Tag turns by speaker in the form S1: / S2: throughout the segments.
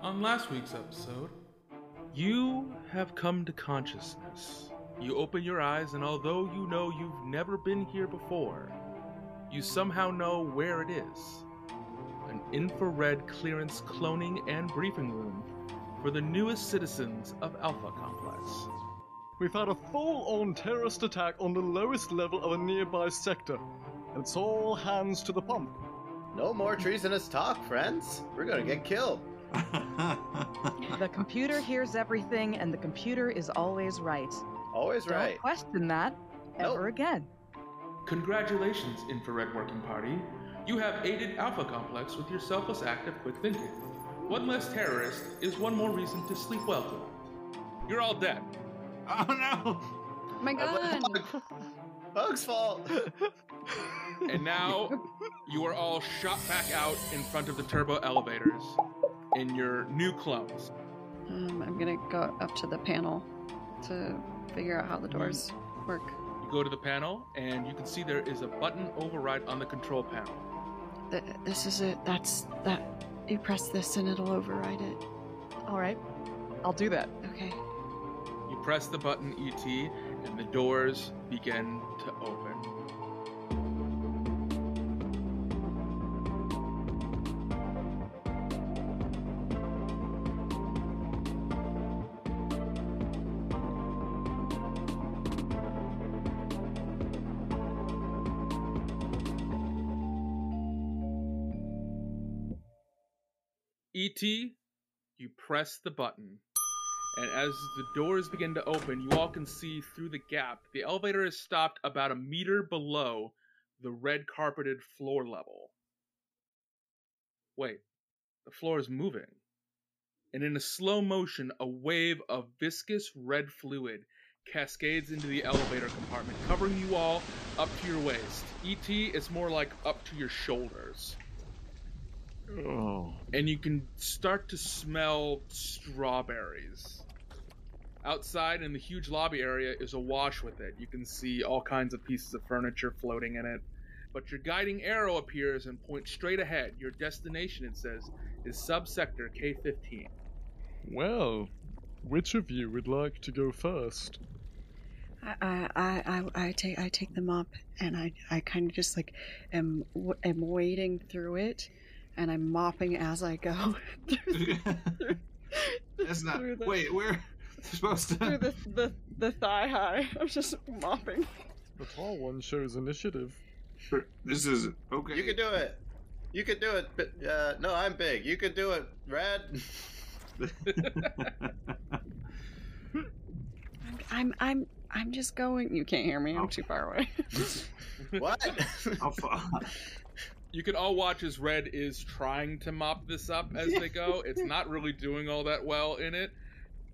S1: on last week's episode.
S2: You have come to consciousness. You open your eyes, and although you know you've never been here before, you somehow know where it is an infrared clearance cloning and briefing room for the newest citizens of Alpha Complex.
S3: We've had a full on terrorist attack on the lowest level of a nearby sector. It's all hands to the pump.
S4: No more treasonous talk, friends. We're gonna get killed.
S5: The computer hears everything, and the computer is always right.
S4: Always right.
S5: Don't question that
S4: No.
S5: ever again.
S1: Congratulations, Infrared Working Party. You have aided Alpha Complex with your selfless act of quick thinking. One less terrorist is one more reason to sleep well tonight. You're all dead.
S6: Oh
S7: My
S4: I
S7: God.
S4: blame Hug. Hug's fault.
S1: And now you are all shot back out in front of the turbo elevators in your new clones.
S7: Um, I'm gonna go up to the panel to figure out how the doors
S5: Mm.
S7: work.
S1: You go to the panel, and you can see there is a button override on the control panel.
S7: Th- this is it. That's that. You press this and it'll override it.
S5: All right, I'll do that.
S7: Okay.
S1: You press the button ET, and the doors begin to open. ET, E you press the button. And as the doors begin to open, you all can see through the gap. The elevator is stopped about a meter below the red carpeted floor level. Wait, the floor is moving. And in a slow motion, a wave of viscous red fluid cascades into the elevator compartment, covering you all up to your waist. ET, it's more like up to your shoulders
S6: no! Oh.
S1: and you can start to smell strawberries. Outside in the huge lobby area is awash with it. You can see all kinds of pieces of furniture floating in it. But your guiding arrow appears and points straight ahead. Your destination, it says, is subsector K15.
S3: Well, which of you would like to go first?
S7: I I I, I, I take I take them up and I I kind of just like am w- am wading through it, and I'm mopping as I go.
S6: That's not.
S7: through the-
S6: Wait, we're supposed
S7: Through
S6: to.
S7: the, the the thigh high. I'm just mopping.
S3: The tall one shows initiative.
S6: This is okay.
S4: You can do it. You can do it. but, Uh, no, I'm big. You can do it, Red.
S7: I'm I'm I'm, I'm just going. You can't hear me.
S5: Oh.
S7: I'm too far away.
S4: What?
S6: I'll fo-
S1: You can all watch as Red is trying to mop this up as they go. It's not really doing all that well in it.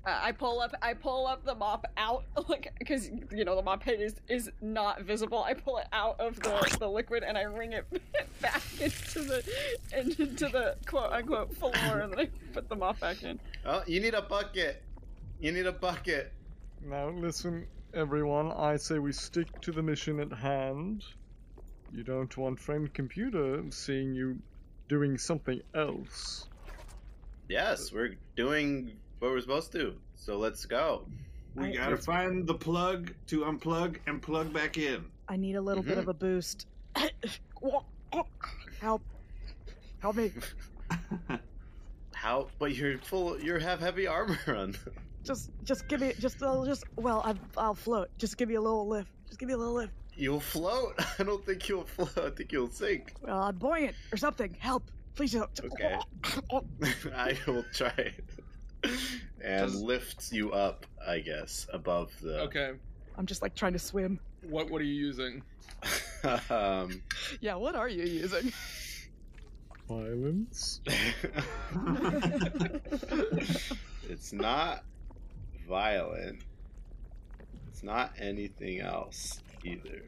S7: Uh, I pull up, I pull up the mop out, like, because you know the mop head is is not visible. I pull it out of the, the liquid and I wring it back into the into the quote unquote floor, and then I put the mop back in.
S4: oh, you need a bucket. You need a bucket.
S3: Now, listen, everyone, I say we stick to the mission at hand. You don't want friend computer seeing you doing something else.
S4: Yes, we're doing what we're supposed to. So let's go.
S6: we
S5: I-
S6: gotta find the plug to unplug and plug back in.
S5: I need a little bit
S4: Mhm.
S5: of a boost. Help! Help me!
S4: How? But you're full. You have heavy armor on.
S5: Just, just give me, just, uh, just. Well, i I'll float. Just give me a little lift. Just give me a little lift.
S4: You'll float. I don't think you'll float. I think you'll sink.
S5: Well, I'm buoyant or something. Help! Please help!
S4: Okay. I will try and
S6: Does-
S4: lift you up, I guess, above the.
S1: Okay.
S5: I'm just like trying to swim.
S1: What what are you using?
S4: um,
S5: Yeah, what are you using?
S3: Violence?
S4: it's not violent. It's not anything else either.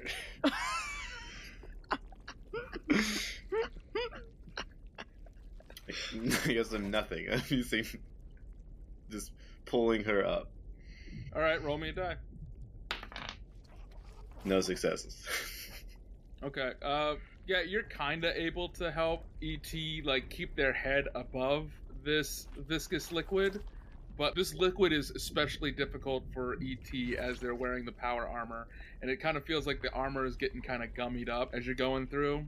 S4: I guess I'm nothing. I'm using just pulling her up.
S1: All right, roll me a die.
S4: No successes.
S1: Okay. E Uh, yeah, you're kind of able to help ET like keep their head above this viscous liquid, but this liquid is especially difficult for ET as they're wearing the power armor, and it kind of feels like the armor is getting kind of gummied up as you're going through.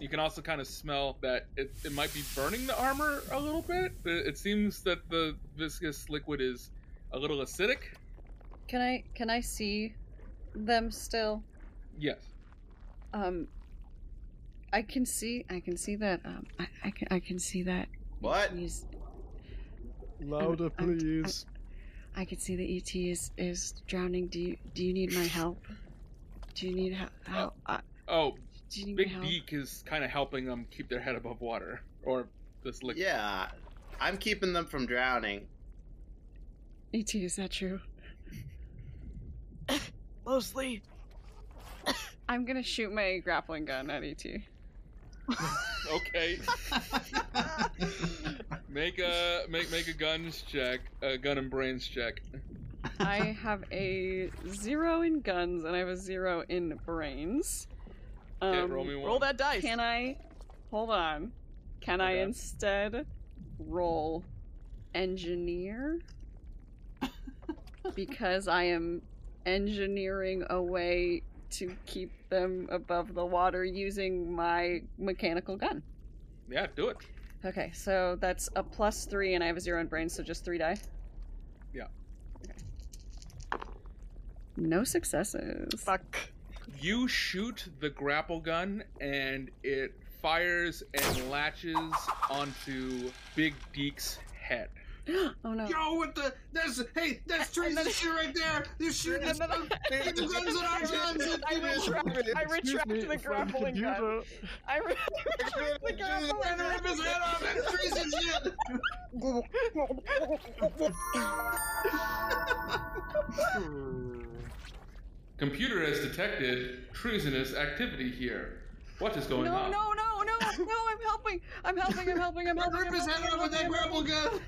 S1: You can also kind of smell that it, it might be burning the armor a little bit. It it seems that the viscous liquid is a little acidic.
S7: Can I can I see them still?
S1: Yes.
S7: Um, I can see I can see that. Um, I, I can I can see that.
S4: What?
S7: he's-
S3: Louder,
S7: I'm- I'm-
S3: please.
S7: I can see the ET is is drowning. Do you do you need my help? Do you need help? help? Uh,
S1: Oh,
S7: do you need my
S1: Big
S7: help?
S1: Beak is kind of helping them keep their head above water, or this liquid.
S4: Yeah, I'm keeping them from drowning.
S7: ET, is that true?
S5: Mostly.
S7: I'm gonna shoot my grappling gun at E ET.
S1: Okay. Make a make make a guns check, a gun and brains check.
S7: I have a zero in guns and I have a zero in brains.
S1: Okay,
S7: Um,
S1: roll me one.
S5: Roll that dice.
S7: Can I? Hold on. Can I
S1: Okay.
S7: instead roll engineer? because I am engineering a way to keep them above the water using my mechanical gun.
S1: Yeah, do it.
S7: Okay, so that's a plus three, and I have a zero in brain, so just three die.
S1: Yeah.
S7: Okay. No successes.
S5: Fuck.
S1: You shoot the grapple gun, and it fires and latches onto Big Deek's head.
S7: oh no.
S6: Yo, what the? That's hey, that's treason shit right there. You're shooting us. Get the guns on our guns. and
S7: I
S6: people-
S7: retract, I
S3: Excuse
S7: retract
S3: me,
S7: the
S3: friend
S7: grappling gun.
S3: computer.
S7: I re- retract the
S6: Trying to rip
S7: grappling
S6: his head
S7: gun.
S6: off. That's treason shit.
S1: Computer has detected treasonous activity here. What is
S7: No,
S1: going
S7: no,
S1: on?
S7: no, no, no, I'm helping. I'm helping, I'm helping, I'm helping.
S6: Rip his head off with that grapple gun.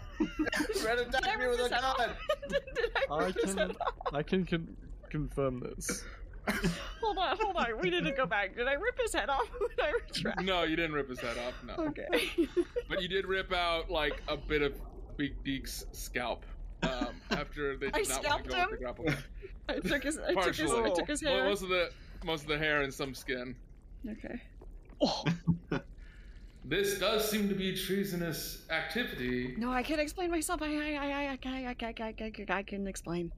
S4: Red attack me with a gun.
S7: Did I
S3: I
S7: rip his
S3: can,
S7: head off?
S3: I can con- confirm this.
S7: Hold on, hold on. We need to go back. Did I rip his head off? Did I retract?
S1: No, you didn't rip his head off. No.
S7: Okay.
S1: But you did rip out like a bit of Big Deek's scalp um, after they did
S7: I
S1: not want
S7: scalped
S1: to go
S7: him?
S1: with the grapple. gun.
S7: I took his. I took his. I
S1: Partially.
S7: took his
S1: Well,
S7: hair.
S1: most of the most of the hair and some skin.
S7: Okay.
S1: This does seem to be treasonous activity.
S7: No, I can explain myself. I, I, I, I, I, I, I, I, I, I, I can explain.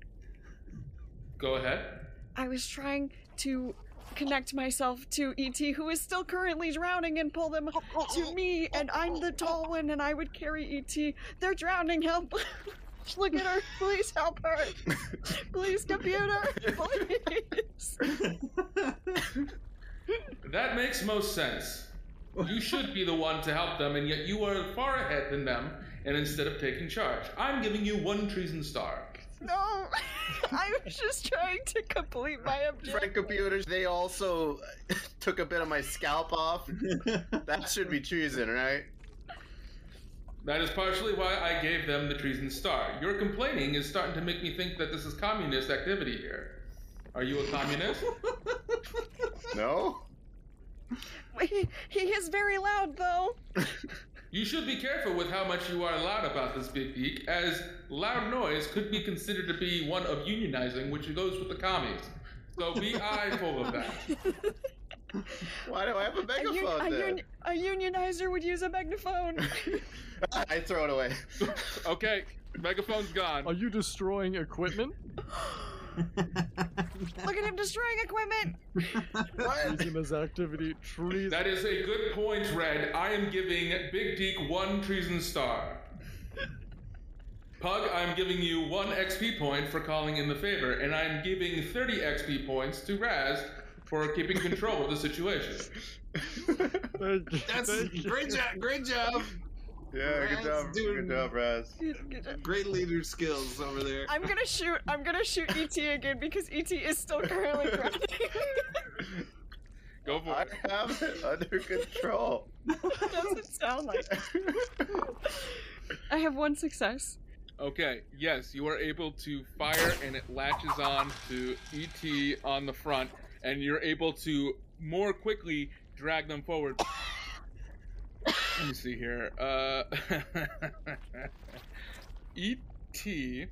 S1: Go ahead.
S7: I was trying to connect myself to ET, who is still currently drowning, and pull them to me. And I'm the tall one, and I would carry ET. They're drowning. Help! Look at her. Please help her. Please, computer. Please.
S1: That makes most sense. You should be the one to help them, and yet you are far ahead than them. And instead of taking charge, I'm giving you one treason star.
S7: No. I was just trying to complete my objective.
S4: Frank computers. They also took a bit of my scalp off. That should be treason, right?
S1: That is partially why I gave them the treason star. Your complaining is starting to make me think that this is communist activity here. Are you a communist?
S4: No.
S7: He, he is very loud, though.
S1: you should be careful with how much you are loud about this, Big Geek, as loud noise could be considered to be one of unionizing, which goes with the commies. So be eyeful of that.
S4: Why do I have a
S7: A, un-
S4: megaphone
S7: a,
S4: then?
S7: un- a unionizer would use a megaphone.
S4: I throw it away.
S1: Okay, megaphone's gone.
S3: Are you destroying equipment?
S7: Look at him destroying equipment.
S4: What?
S3: Treasonous activity. Treason.
S1: That is a good point, Red. I am giving Big Deke one treason star. Pug, I'm giving you one XP point for calling in the favor, and I'm giving 30 XP points to Raz for keeping control of the situation.
S3: Thank you,
S6: That's
S3: thank you.
S6: great job. Great job.
S4: Yeah, good
S6: Raz
S4: job.
S6: doing-
S4: Good job, Raz.
S6: Great leader skills over there.
S7: I'm gonna shoot. I'm gonna shoot ET again because ET is still currently drowning.
S1: Go for
S4: I
S1: it.
S4: have it under control.
S7: Doesn't sound like. I have one success.
S1: Okay, yes, you are able to fire and it latches on to ET on the front, and you're able to more quickly drag them forward. Let me see here. Uh, E E.T.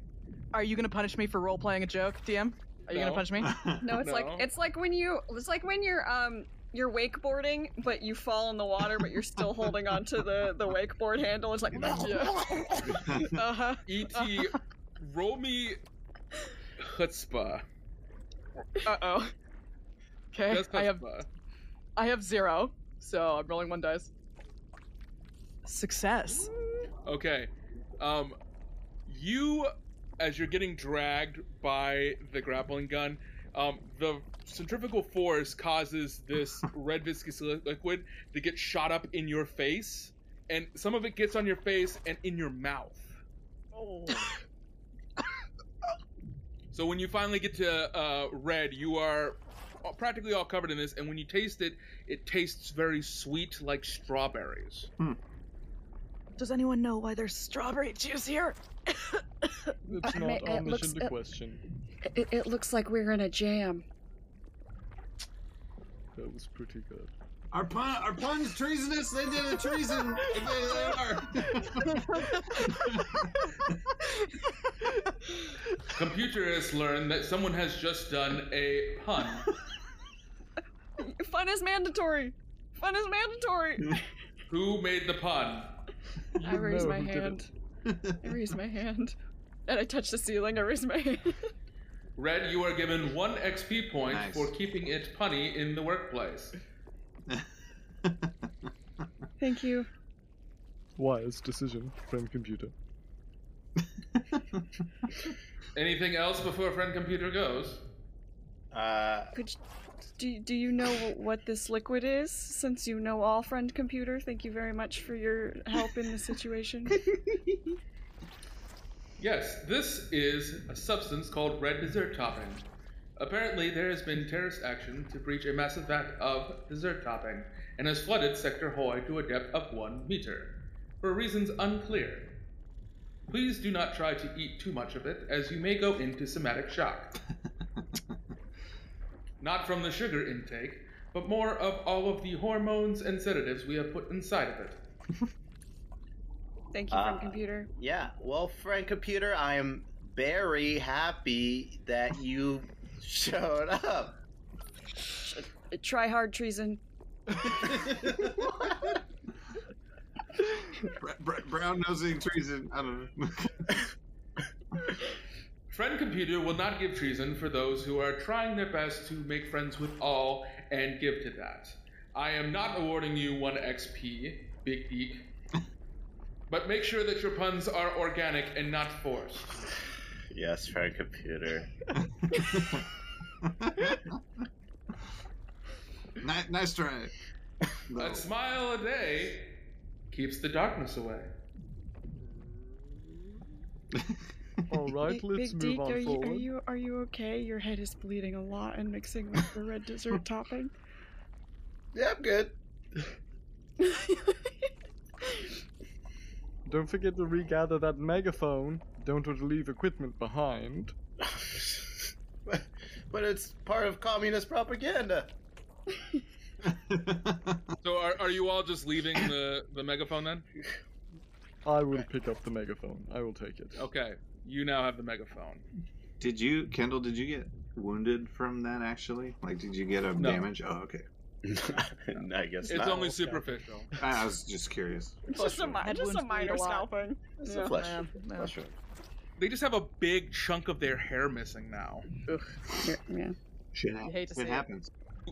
S5: Are you gonna punish me for role playing a joke, DM? Are you
S1: No.
S5: gonna punish me?
S7: No, it's like
S1: No.
S7: it's like when you it's like when you're um you're wakeboarding but you fall in the water but you're still holding on to the the wakeboard handle. It's like
S5: Uh huh.
S1: E.T. E roll me chutzpah.
S5: Uh oh. Okay,
S1: Just
S5: I have
S1: chutzpah.
S5: I have zero, so I'm rolling one dice. Success.
S1: Okay. Um, you, as you're getting dragged by the grappling gun, um, the centrifugal force causes this red viscous li- liquid to get shot up in your face, and some of it gets on your face and in your mouth. So when you finally get to uh, red, you are practically all covered in this, and when you taste it, it tastes very sweet, like strawberries.
S5: Does anyone know why there's strawberry juice here?
S3: It's not
S7: Uh, ma-
S3: our
S7: it looks-
S3: mission to
S7: it-
S3: question.
S7: it, it looks like we're in a jam.
S3: That was pretty good.
S6: Our pun, our pun's treasonous. They did a treason. they, they are.
S1: Computerists learn that someone has just done a pun.
S7: Fun is mandatory. Fun is mandatory.
S1: Who made the pun?
S7: I
S3: You
S7: raise
S3: know
S7: my
S3: who did it.
S7: hand. I raise my hand. And I touch the ceiling, I raise my hand.
S1: Red, you are given one XP point
S6: Nice.
S1: for keeping it punny in the workplace.
S7: Thank you.
S3: Wise decision, friend computer.
S1: Anything else before friend computer goes?
S4: Uh,
S7: Could you, do do you know what this liquid is? Since you know all, friend computer, thank you very much for your help in this situation.
S1: Yes, this is a substance called red dessert topping. Apparently, there has been terrorist action to breach a massive vat of dessert topping and has flooded Sector Hoy to a depth of one meter, for reasons unclear. Please do not try to eat too much of it, as you may go into somatic shock. not from the sugar intake, but more of all of the hormones and sedatives we have put inside of it.
S7: Thank you,
S4: Ah.
S7: friend computer.
S4: yeah. Well, friend computer, I am very happy that you showed up.
S7: Try hard treason.
S6: Br- br- brown nosing treason. I don't know.
S1: Friend Computer will not give treason for those who are trying their best to make friends with all and give to that. I am not awarding you 1 XP, Big Geek, but make sure that your puns are organic and not forced.
S4: yes, friend computer.
S6: nice, nice try. No.
S1: A smile a day keeps the darkness away.
S3: Alright,
S7: Big-
S3: let's
S7: Big
S3: move
S7: Deke,
S3: on
S7: are you,
S3: forward.
S7: are you are you okay? Your head is bleeding a lot and mixing with the red dessert topping.
S4: Yeah, I'm good.
S3: Don't forget to regather that megaphone. Don't want to leave equipment behind.
S4: but, but it's part of communist propaganda.
S1: So, are, are you all just leaving the, the megaphone then?
S3: I will pick up the megaphone. I will take it.
S1: Okay, you now have the megaphone.
S6: Did you, Kendall? Did you get wounded from that? Actually, like, did you get a
S1: No.
S6: damage? Oh, okay.
S4: I guess
S1: It's only superficial.
S6: I I was just curious.
S7: just a, mi-
S5: Head
S7: just
S5: wounds
S7: a
S5: bleed
S7: minor
S5: a lot.
S7: scalping.
S4: It's
S7: Yeah.
S4: a flesh.
S5: Yeah, yeah.
S4: flesh wound.
S1: They just have a big chunk of their hair missing now.
S7: Yeah.
S6: Shit,
S5: I hate to
S6: shit
S5: say it.
S6: happens.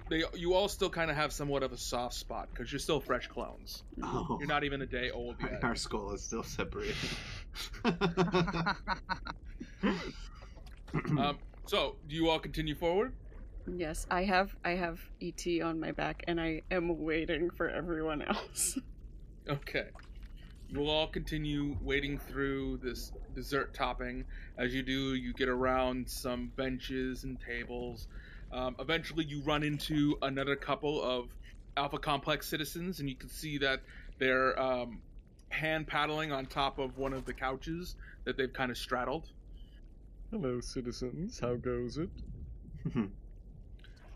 S1: They, you all still kind of have somewhat of a soft spot because you're still fresh clones.
S6: Oh,
S1: You're not even a day old yet.
S6: our skull is still separated.
S1: Um, so, do you all continue forward?
S7: Yes, I have I have ET on my back and I am waiting for everyone else.
S1: Okay. You will all continue wading through this dessert topping. As you do, you get around some benches and tables. Um, eventually, you run into another couple of Alpha Complex citizens, and you can see that they're um, hand paddling on top of one of the couches that they've kind of straddled.
S3: Hello, citizens. How goes it?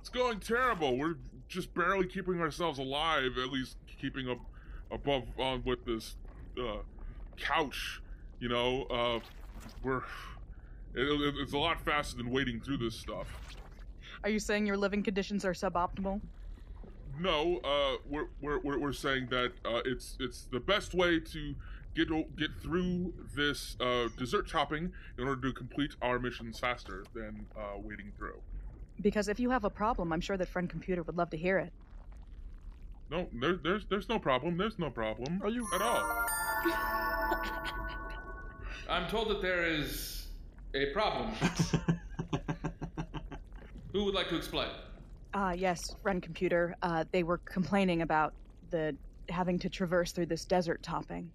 S2: It's going terrible. We're just barely keeping ourselves alive, at least keeping a above on with this uh, couch. You know, uh, we're it, it- it's a lot faster than wading through this stuff.
S5: Are you saying your living conditions are suboptimal?
S2: No, uh, we're, we're, we're, we're saying that uh, it's it's the best way to get o- get through this uh, dessert topping in order to complete our missions faster than uh, wading through.
S5: Because if you have a problem, I'm sure that friend computer would love to hear it.
S2: No, there, there's there's no problem. There's no problem
S3: Are you
S2: at all.
S1: I'm told that there is a problem. Who would like to explain?
S5: Ah, yes, friend computer. Uh, they were complaining about the having to traverse through this desert topping.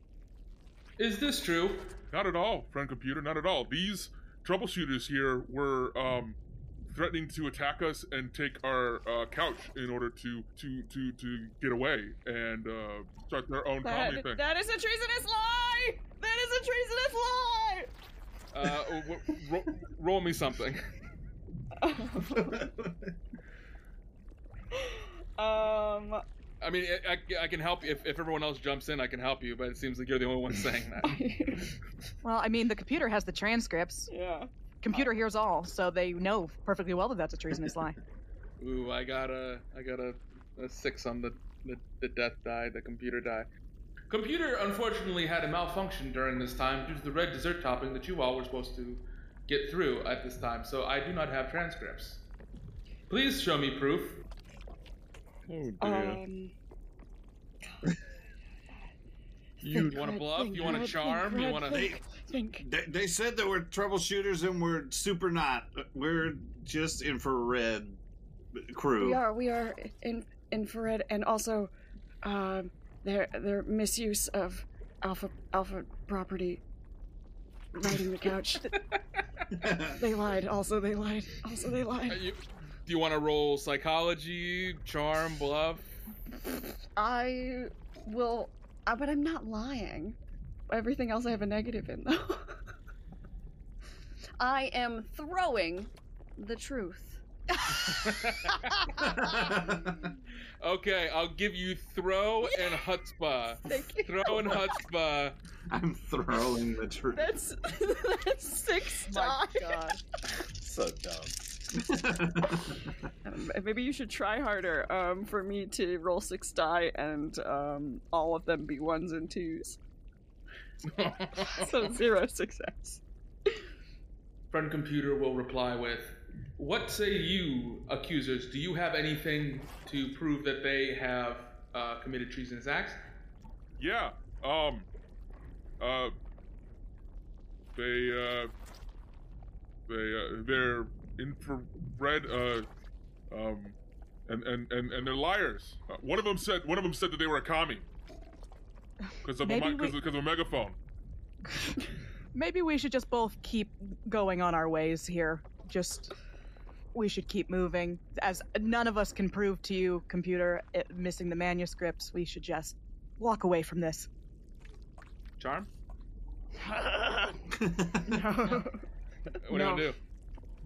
S1: Is this true?
S2: Not at all, friend computer. Not at all. These troubleshooters here were um, threatening to attack us and take our uh, couch in order to to to to get away and uh, start their own comedy thing.
S7: That, that is a treasonous lie! That is a treasonous lie!
S1: Uh, w- ro- roll me something.
S7: um,
S1: I mean, I, I- I can help you. If, if everyone else jumps in, I can help you, but it seems like you're the only one saying that.
S5: Well, I mean, the computer has the transcripts.
S7: yeah.
S5: Computer hears all, so they know perfectly well that that's a treasonous lie.
S1: Ooh, I got a, I got a, a six on the, the, the death die, the computer die. Computer unfortunately had a malfunction during this time due to the red dessert topping that you all were supposed to get through at this time, so I do not have transcripts. Please show me proof.
S3: Oh dear.
S7: Um,
S3: you
S1: You want to bluff? You want to charm? You want to?
S6: They,
S7: think.
S6: they, they said that we're troubleshooters and we're super not. We're just infrared crew.
S7: We are, we are in infrared, and also, um, their their misuse of alpha alpha property. Riding the couch. they lied. Also, they lied. Also, they lied.
S1: Uh, You, do you want to roll psychology, charm, bluff?
S7: I will, uh, but I'm not lying. Everything else I have a negative in, though. I am throwing the truth.
S1: Okay, I'll give you throw and chutzpah.
S7: Thank you.
S1: Throw and chutzpah.
S6: I'm throwing the truth.
S7: That's, that's six
S5: My
S7: times.
S5: God.
S4: So dumb.
S7: Um, Maybe you should try harder um, for me to roll six die and um, all of them be ones and twos. so zero success.
S1: Friend computer will reply with, "What say you, accusers? Do you have anything to prove that they have uh, committed treasonous acts?"
S2: Yeah. Um. Uh. They uh. They uh, they're infrared uh. Um. And and and and they're liars. Uh, one of them said one of them said that they were a commie. Because of, a
S5: Maybe
S2: mi- cause
S5: we-
S2: of, 'cause of a megaphone.
S5: Maybe we should just both keep going on our ways here. Just we should keep moving. As none of us can prove to you, computer, it, missing the manuscripts, we should just walk away from this.
S1: Charm. What
S5: No.
S1: do you want to do?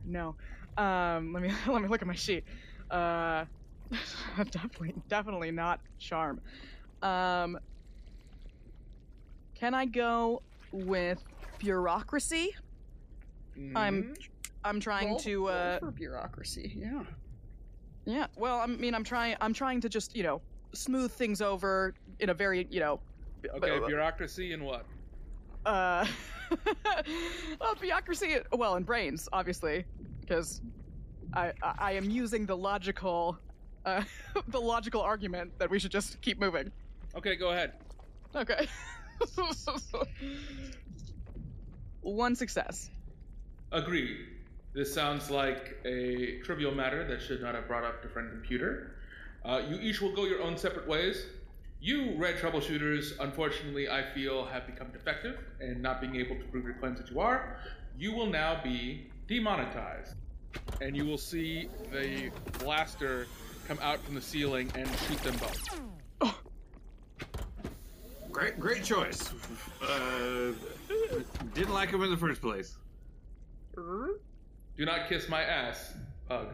S5: No. Um, let me let me look at my sheet. Uh, definitely, definitely not charm. Um, can I go with bureaucracy? I'm I'm trying
S7: Roll-
S5: to.
S7: roll
S5: Uh,
S7: for bureaucracy. Yeah.
S5: Yeah. Well, I mean, I'm trying. I'm trying to just you know smooth things over in a very you know. b-
S1: Okay,
S5: b-
S1: bureaucracy and what?
S5: uh, well, bureaucracy. Well, and brains, obviously, because I, I I am using the logical, uh, the logical argument that we should just keep moving.
S1: Okay, go ahead.
S5: Okay. One success.
S1: Agreed. This sounds like a trivial matter that should not have brought up to friend computer. Uh, you each will go your own separate ways. You, red troubleshooters, unfortunately, I feel have become defective and not being able to prove your claims that you are. You will now be demonetized. And you will see the blaster come out from the ceiling and shoot them both.
S6: Great, great choice. Uh, didn't like him in the first place.
S1: Do not kiss my ass. Hug.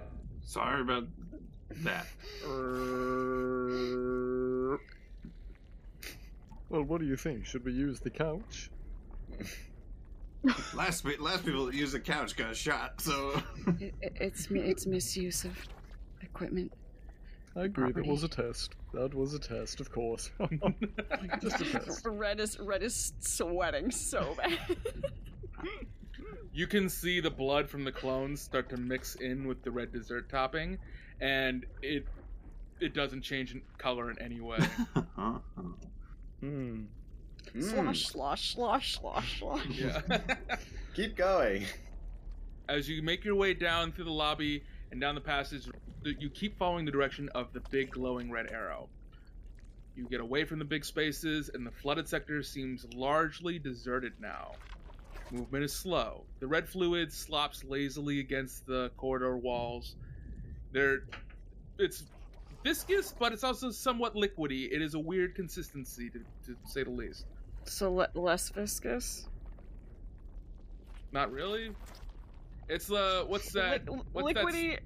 S6: Sorry about that.
S3: Well, what do you think? Should we use the couch?
S6: Last pe- last people that used the couch got shot. So
S3: Mm-hmm.
S8: It, it, it's mi- it's misuse of equipment.
S3: I agree, that was a test. That was a test, of course. Just a test.
S7: Red is Red is sweating so bad.
S1: You can see the blood from the clones start to mix in with the red dessert topping, and it it doesn't change in color in any way.
S3: Hmm.
S4: Mm,
S7: slosh, slosh, slosh, slosh, slosh.
S1: yeah.
S4: keep going.
S1: As you make your way down through the lobby and down the passage, you keep following the direction of the big glowing red arrow. You get away from the big spaces, and the flooded sector seems largely deserted now. Movement is slow. The red fluid slops lazily against the corridor walls. There, it's viscous, but it's also somewhat liquidy. It is a weird consistency, to, to say the least.
S7: So le- less viscous.
S1: Not really. It's the what's that?
S7: Liqu-
S1: what's that s-
S7: liquidy.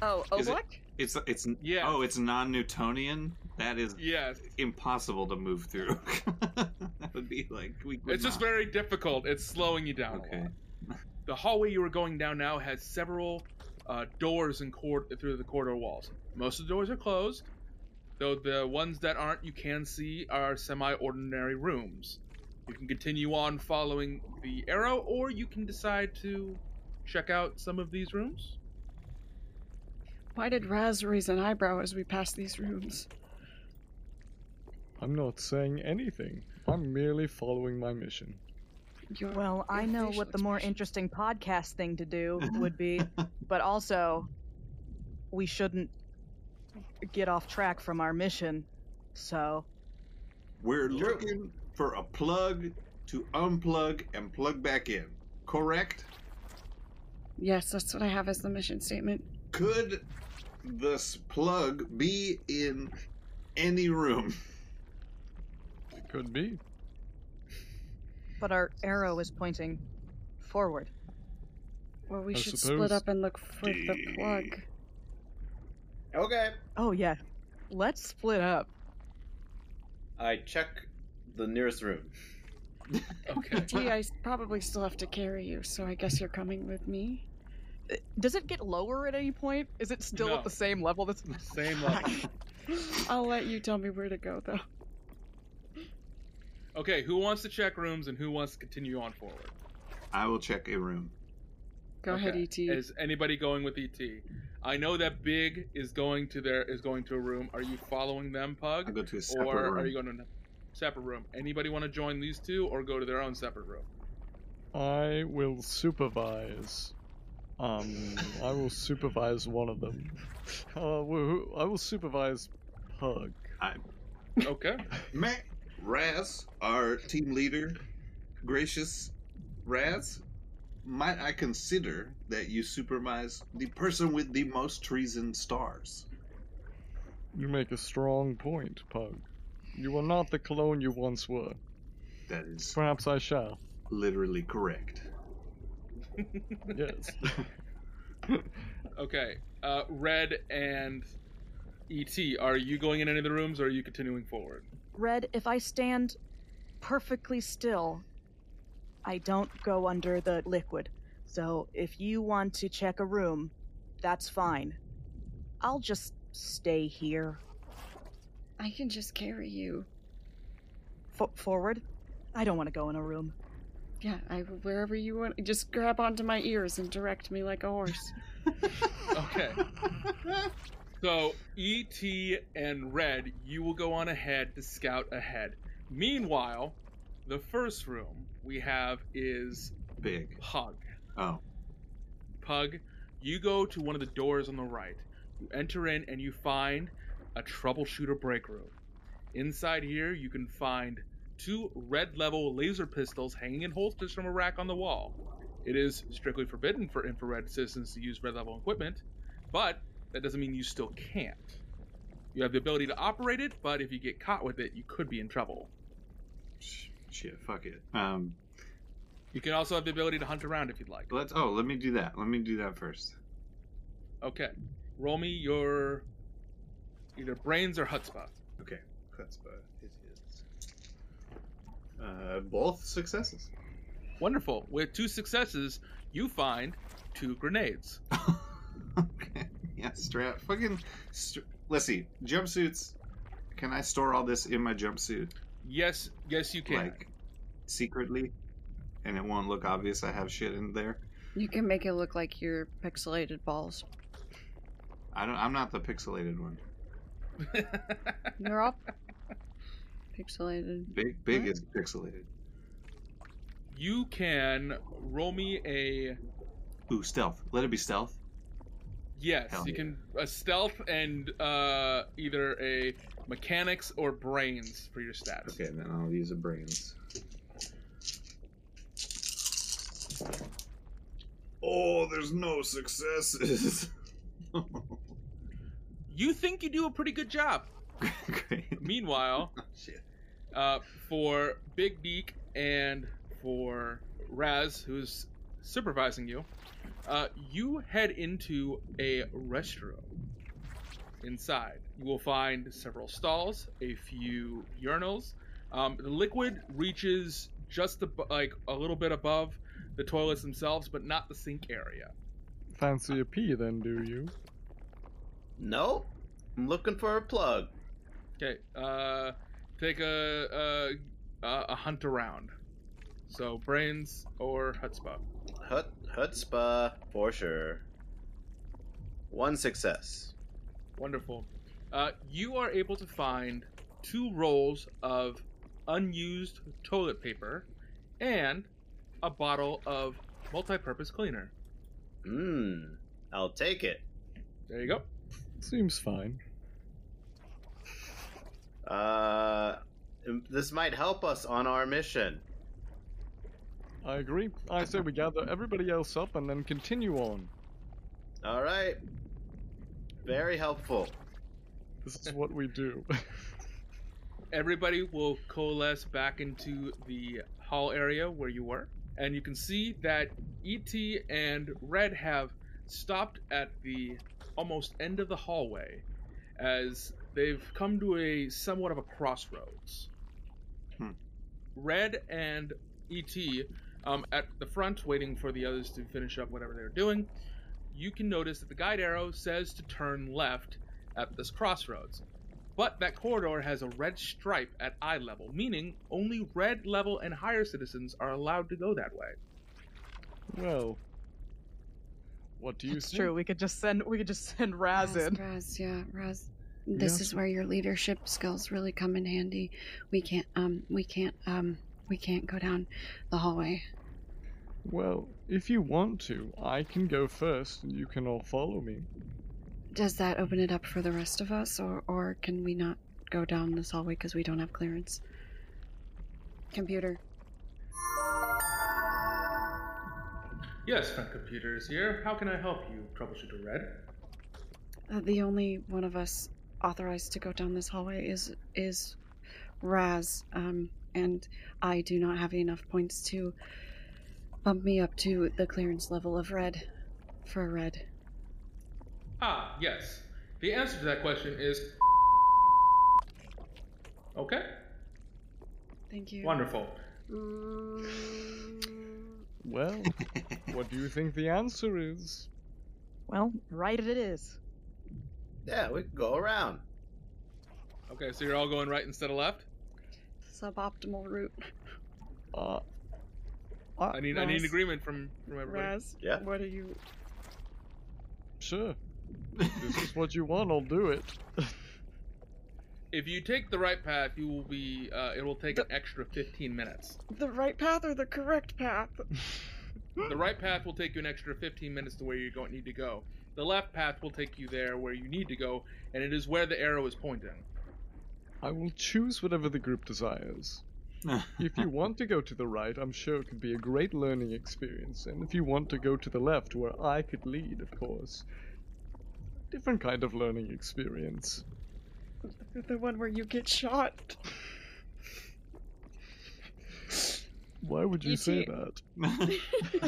S7: Oh,
S6: Is it-
S7: oblique.
S6: it's it's
S1: Yeah.
S6: oh it's non-Newtonian. That is
S1: Yes.
S6: impossible to move through. that would be like we. would
S1: It's just
S6: not.
S1: very difficult. It's slowing you down. a
S6: okay.
S1: lot. The hallway you were going down now has several uh, doors and cor- through the corridor walls. Most of the doors are closed, though the ones that aren't you can see are semi-ordinary rooms. You can continue on following the arrow, or you can decide to check out some of these rooms.
S8: Why did Raz raise an eyebrow as we passed these rooms?
S3: I'm not saying anything. I'm merely following my mission.
S8: Your-
S5: Well, I
S8: your
S5: know
S8: facial
S5: what the more
S8: expression-
S5: interesting podcast thing to do would be, but also, we shouldn't get off track from our mission. So,
S6: We're
S4: True.
S6: looking for a plug to unplug and plug back in. Correct?
S8: Yes, that's what I have as the mission statement.
S6: Could this plug be in any room?
S3: It could be.
S5: but our arrow is pointing forward.
S8: Well, we
S3: I
S8: should
S3: suppose-
S8: split up and look for the plug.
S4: Okay.
S5: Oh yeah, let's split up.
S4: I check the nearest room.
S1: Okay.
S8: T, I s- probably still have to carry you, so I guess you're coming with me.
S5: Uh, Does it get lower at any point? Is it still
S1: No.
S5: at the same level? That's
S1: Same level.
S8: I'll let you tell me where to go, though.
S1: Okay, who wants to check rooms and who wants to continue on forward?
S6: I will check a room.
S8: Go ahead,
S1: Okay.
S8: E E.T.
S1: Is anybody going with ET? I know that Big is going to their is going to a room. Are you following them,
S6: I'll
S1: Pug,
S6: go to a separate
S1: or
S6: room.
S1: are you going to a separate room? Anybody want to join these two or go to their own separate room?
S3: I will supervise. Um, I will supervise one of them. Uh, woo- I will supervise Pug.
S1: Okay.
S6: Ma- Raz, our team leader, gracious Raz, might I consider that you supervise the person with the most treason stars?
S3: You make a strong point, Pug. You are not the clone you once were.
S6: That is
S3: Perhaps I shall.
S6: literally correct.
S3: Yes.
S1: Okay. Uh, Red and ET, are you going in any of the rooms or are you continuing forward?
S5: red. If I stand perfectly still, I don't go under the liquid. So if you want to check a room, that's fine. I'll just stay here.
S8: I can just carry you.
S5: F- forward. I don't want to go in a room.
S8: Yeah, I wherever you want. Just grab onto my ears and direct me like a horse.
S1: Okay. so ET and Red, you will go on ahead to scout ahead. Meanwhile, the first room we have is
S6: Big.
S1: Pug.
S6: Oh.
S1: Pug, you go to one of the doors on the right. You enter in and you find a troubleshooter break room. Inside here, you can find two red level laser pistols hanging in holsters from a rack on the wall. It is strictly forbidden for infrared citizens to use red level equipment, but that doesn't mean you still can't. You have the ability to operate it, but if you get caught with it, you could be in trouble.
S6: Sh- Shit, fuck it. Um,
S1: You can also have the ability to hunt around if you'd like.
S6: let's. Oh, let me do that. Let me do that first.
S1: Okay. Roll me your either brains or chutzpah.
S6: Okay. That's about it. Is Uh, both successes.
S1: Wonderful. With two successes, you find two grenades.
S6: okay. Yeah, strap. Fucking. St- Let's see. Jumpsuits. Can I store all this in my jumpsuit?
S1: Yes, yes, you can.
S6: Like, secretly? And it won't look obvious I have shit in there?
S7: You can make it look like you're pixelated balls.
S6: I don't, I'm not the pixelated one.
S7: You're all pixelated.
S6: Big, big is pixelated.
S1: you can roll me a
S6: Ooh, stealth. Let it be stealth.
S1: yes.
S6: Hell
S1: you
S6: yeah.
S1: can a stealth and uh, either a mechanics or brains for your stats.
S6: Okay, then I'll use a brains. Oh, there's no successes.
S1: You think you do a pretty good job.
S6: Great.
S1: Meanwhile,
S6: Oh, Shit.
S1: uh, for Big Deek and for Raz, who's supervising you, uh, you head into a restroom. Inside, you will find several stalls, a few urinals. Um, the liquid reaches just ab- like a little bit above the toilets themselves, but not the sink area.
S3: Fancy a pee then, do you?
S4: Nope. I'm looking for a plug.
S1: Okay, uh, take a a, a a hunt around. So brains or chutzpah.
S4: Hut Hutzpah for sure. One success.
S1: Wonderful. Uh, you are able to find two rolls of unused toilet paper and a bottle of multi-purpose cleaner.
S4: Mmm. I'll take it.
S1: There you go.
S3: Seems fine.
S4: Uh, this might help us on our mission.
S3: I agree. I say we gather everybody else up and then continue on.
S4: All right. Very helpful.
S3: This is what we do.
S1: Everybody will coalesce back into the hall area where you were, and you can see that ET and Red have stopped at the almost end of the hallway as they've come to a somewhat of a crossroads.
S6: Hmm.
S1: Red and ET um, at the front, waiting for the others to finish up whatever they're doing. You can notice that the guide arrow says to turn left at this crossroads. But that corridor has a red stripe at eye level, meaning only red level and higher citizens are allowed to go that way.
S3: well, what do you
S5: It's
S3: think?
S5: true. We could just send. We could just send Raz in.
S7: Raz, yeah, Raz. This
S3: Yes.
S7: is where your leadership skills really come in handy. We can't, um, we can't, um, we can't go down the hallway.
S3: Well, if you want to, I can go first and you can all follow me.
S7: Does that open it up for the rest of us, or or can we not go down this hallway because we don't have clearance? Computer.
S1: Yes, Frank Computer is here. How can I help you, Troubleshooter Red?
S7: Uh, the only one of us authorized to go down this hallway is is Raz, um, and I do not have enough points to bump me up to the clearance level of red for red.
S1: Ah, yes. The answer to that question is. Okay,
S7: Thank you.
S1: wonderful.
S3: Mm. Well, what do you think the answer is?
S5: Well, right it is.
S4: Yeah, we can go around.
S1: Okay, so you're all going right instead of left?
S7: Suboptimal route.
S3: Uh,
S1: I need I need
S7: Raz.
S1: an agreement from, from everybody.
S7: Raz,
S4: Yeah.
S7: what are you?
S3: sure. This is what you want, I'll do it.
S1: If you take the right path, you will be. Uh, it will take an extra 15 minutes.
S7: The right path or the correct path?
S1: The right path will take you an extra 15 minutes to where you don't need to go. The left path will take you there where you need to go, and it is where the arrow is pointing.
S3: I will choose whatever the group desires. If you want to go to the right, I'm sure it could be a great learning experience. And if you want to go to the left, where I could lead, of course, different kind of learning experience.
S7: The one where you get shot.
S3: Why would you
S9: You
S3: say
S9: see-
S3: that?
S7: E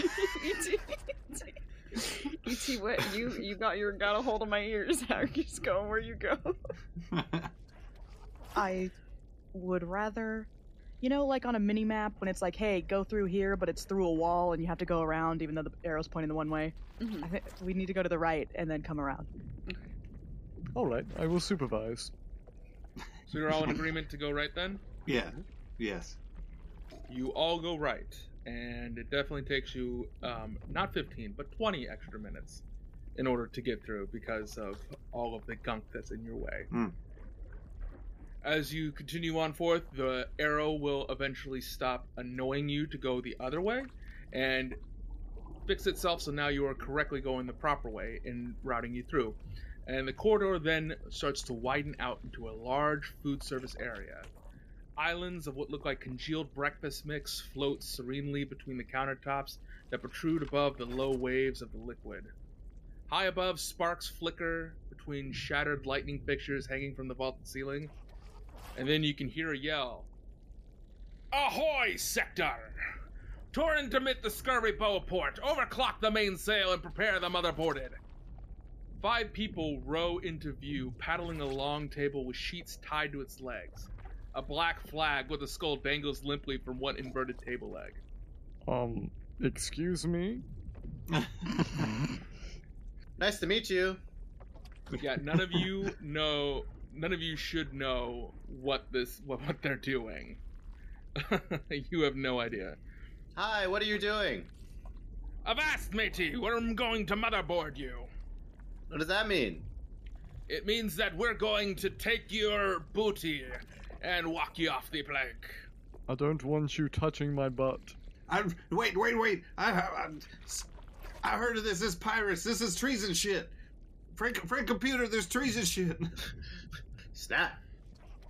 S9: ET,
S7: E
S9: ET, what you you got you got a hold of my ears. How you just going where you go?
S5: I would rather. you know, like on a mini map when it's like, hey, go through here, but it's through a wall and you have to go around even though the arrow's pointing the one way?
S7: Mhm.
S5: I think we need to go to the right and then come around.
S3: All right, I will supervise.
S1: So you're all in agreement to go right then?
S6: Yeah. Yes.
S1: You all go right, and it definitely takes you um, not 15, but 20 extra minutes in order to get through because of all of the gunk that's in your way.
S6: Hmm.
S1: As you continue on forth, the arrow will eventually stop annoying you to go the other way and fix itself so now you are correctly going the proper way and routing you through. And the corridor then starts to widen out into a large food service area. Islands of what look like congealed breakfast mix float serenely between the countertops that protrude above the low waves of the liquid. High above, sparks flicker between shattered lightning fixtures hanging from the vaulted ceiling, and then you can hear a yell Ahoy, Sector! Torin to meet the scurvy bow port, overclock the mainsail, and prepare the motherboarded! Five people row into view, paddling a long table with sheets tied to its legs. A black flag with a skull dangles limply from one inverted table leg.
S3: Um, excuse me?
S4: Nice to meet you.
S1: Yeah, none of you know. None of you should know what this what, what they're doing. you have no idea.
S4: Hi, what are you doing?
S1: Avast, matey! We're going to motherboard you.
S4: What does that mean?
S1: It means that we're going to take your booty and walk you off the plank.
S3: I don't want you touching my butt.
S6: I wait, wait, wait. I, I, I heard of this. This is pirates. This is treason shit. Frank, Frank, computer. There's treason shit.
S4: Snap.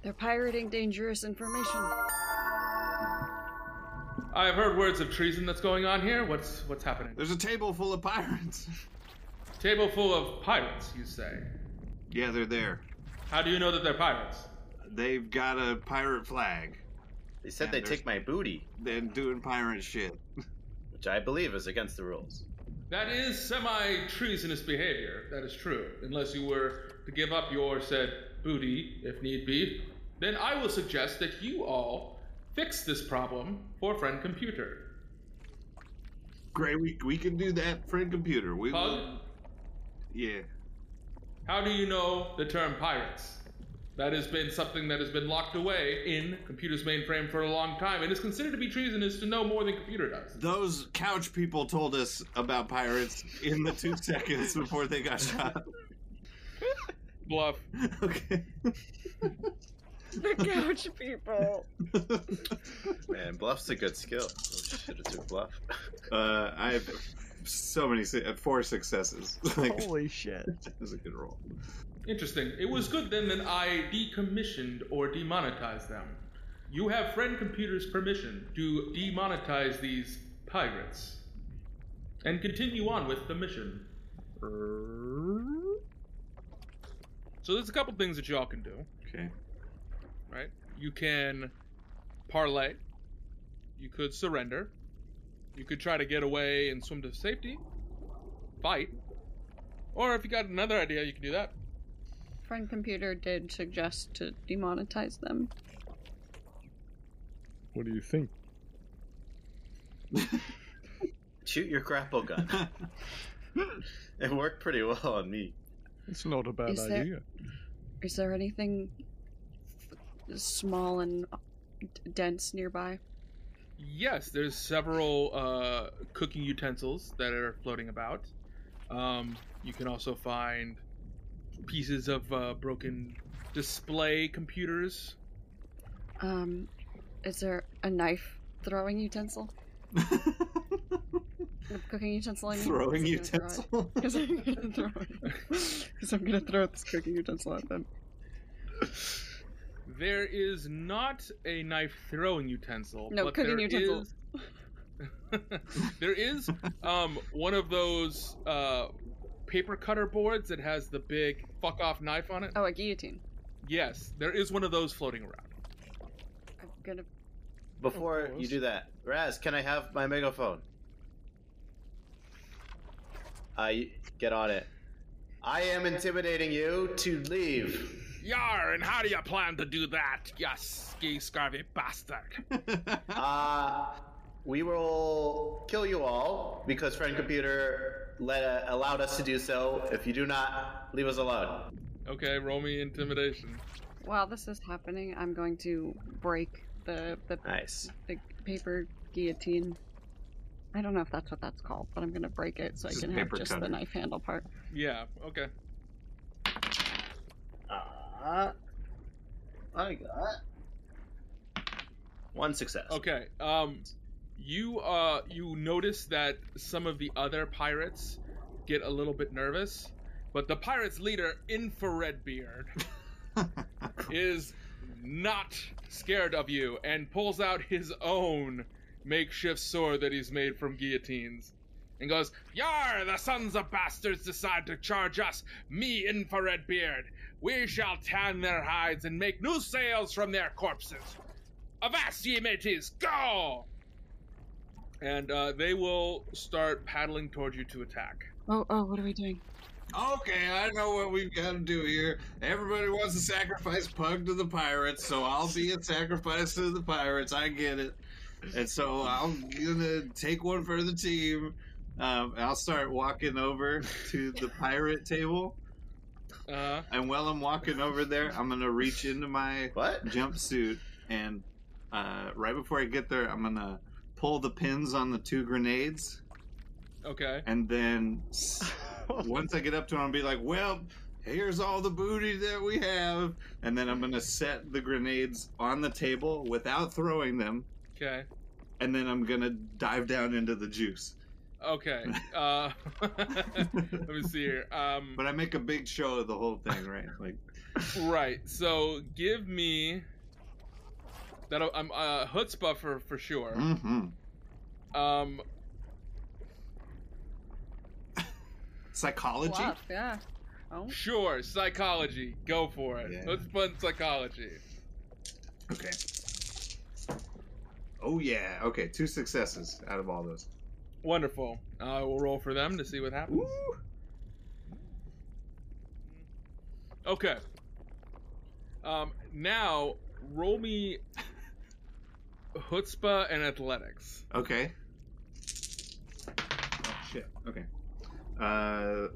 S8: They're pirating dangerous information.
S1: I've heard words of treason that's going on here. What's what's happening?
S6: There's a table full of pirates.
S1: Table full of pirates, you say.
S6: Yeah, they're there.
S1: How do you know that they're pirates?
S6: They've got a pirate flag.
S4: They said
S6: Yeah,
S4: they
S6: there's-
S4: take my booty,
S6: They're doing pirate shit.
S4: which I believe is against the rules.
S1: That is semi treasonous behavior. That is true. Unless you were to give up your said booty, if need be, then I will suggest that you all fix this problem for friend computer.
S6: Great, we, we can do that, friend computer. We will.
S1: Pug,
S6: Yeah.
S1: how do you know the term pirates? That has been something that has been locked away in computer's mainframe for a long time and is considered to be treasonous to know more than computer does.
S6: Those couch people told us about pirates in the two seconds before they got shot.
S1: Bluff.
S6: Okay.
S7: The couch people.
S4: Man, bluff's a good skill. Oh, Should have took bluff.
S6: Uh, I have so many su- uh, four successes. like,
S3: Holy shit.
S6: that was a good roll.
S1: Interesting. It was good then that I decommissioned or demonetized them. You have friend computer's permission to demonetize these pirates. And continue on with the mission. So there's a couple things that y'all can do,
S6: Okay.
S1: right? You can parlay. You could surrender. You could try to get away and swim to safety. Fight. Or if you got another idea, you can do that.
S8: Friend computer did suggest to demonetize them.
S3: What do you think?
S4: Shoot your grapple gun. it worked pretty well on me.
S3: It's not a bad
S8: Is there-
S3: idea.
S8: Is there anything f- small and d- dense nearby?
S1: Yes, there's several uh, cooking utensils that are floating about. Um, you can also find pieces of uh, broken display computers.
S8: Um, is there a knife throwing utensil? A cooking utensil? I mean?
S6: Throwing
S8: Is it gonna throw it?
S6: utensil.
S8: Because I'm gonna throw it. Because I'm gonna throw this cooking utensil at them.
S1: There is not a knife throwing utensil.
S8: No,
S1: but
S8: cooking
S1: there
S8: utensils.
S1: is- there is um, one of those uh, paper cutter boards that has the big fuck off knife on it.
S8: Oh, a guillotine.
S1: Yes, there is one of those floating around.
S8: I'm gonna.
S4: Before
S3: course.
S4: you do that, Raz, can I have my megaphone? I get on it. I am intimidating you to leave.
S2: Yar, and how do you plan to do that, you ski scurvy bastard?
S4: Uh, we will kill you all because friend computer let uh, allowed us to do so. If you do not, leave us alone.
S1: Okay, roll me intimidation.
S8: While this is happening, I'm going to break the the,
S4: Nice.
S8: the paper guillotine. I don't know if that's what that's called, but I'm gonna break it so
S6: Just
S8: I can have
S6: paper
S8: just
S6: cutter.
S8: the knife handle part.
S1: Yeah, okay.
S4: Uh, I got one success.
S1: Okay. Um, you uh, you notice that some of the other pirates get a little bit nervous, but the pirates' leader, Infrared Beard, is not scared of you and pulls out his own makeshift sword that he's made from guillotines. And goes, Yar, the sons of bastards decide to charge us, me, Infrared Beard. We shall tan their hides and make new sails from their corpses. Avast, ye mates, go! And uh, they will start paddling toward you to attack.
S8: Oh, oh, what are we doing?
S6: Okay, I know what we've got to do here. Everybody wants to sacrifice Pug to the pirates, so I'll be a sacrifice to the pirates. I get it. And so I'm gonna take one for the team. Um, I'll start walking over to the pirate table,
S1: Uh,
S6: and while I'm walking over there, I'm gonna reach into my
S4: What?
S6: jumpsuit, and uh, right before I get there, I'm gonna pull the pins on the two grenades,
S1: okay.
S6: and then s- once I get up to him, I'll be like, well, here's all the booty that we have. And then I'm going to set the grenades on the table without throwing them.
S1: Okay.
S6: And then I'm going to dive down into the juice.
S1: Okay. Uh, let me see here. Um,
S6: But I make a big show of the whole thing, right? Like,
S1: right. So give me that. I'm uh, chutzpah for for sure.
S6: mm-hmm.
S1: Um,
S6: Psychology?
S7: Bluff, yeah.
S8: Oh,
S1: sure. Psychology. Go for it.
S6: Yeah.
S1: Chutzpah and psychology.
S6: Okay. Oh, yeah. Okay. Two successes out of all those.
S1: Wonderful. I will roll for them to see what happens. Okay. Um, now roll me chutzpah and athletics.
S6: Okay. Oh, shit. Okay. Uh,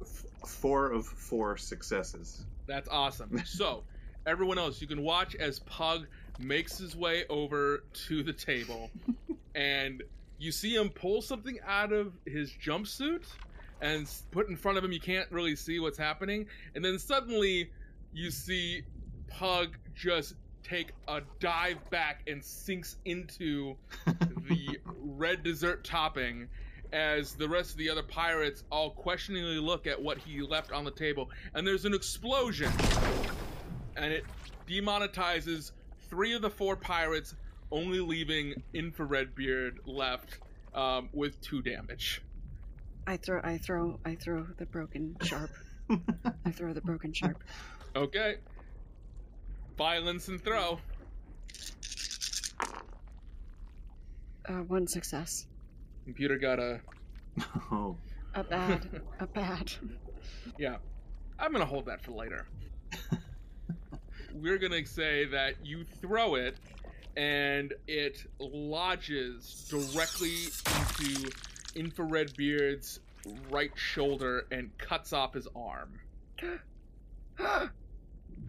S6: f- four of four successes.
S1: That's awesome. So, everyone else, you can watch as Pug makes his way over to the table, and you see him pull something out of his jumpsuit and s- put in front of him. You can't really see what's happening, and then suddenly you see Pug just take a dive back and sinks into the red dessert topping as the rest of the other pirates all questioningly look at what he left on the table and there's an explosion and it demonetizes three of the four pirates only leaving infrared beard left um, with two damage
S8: I throw, I throw, I throw the broken sharp. I throw the broken sharp.
S1: okay violence and throw
S8: Uh, one success.
S1: computer got a
S6: Oh.
S8: A bad, a bad.
S1: I'm gonna hold that for later. We're gonna say that you throw it and it lodges directly into Infrared Beard's right shoulder and cuts off his arm.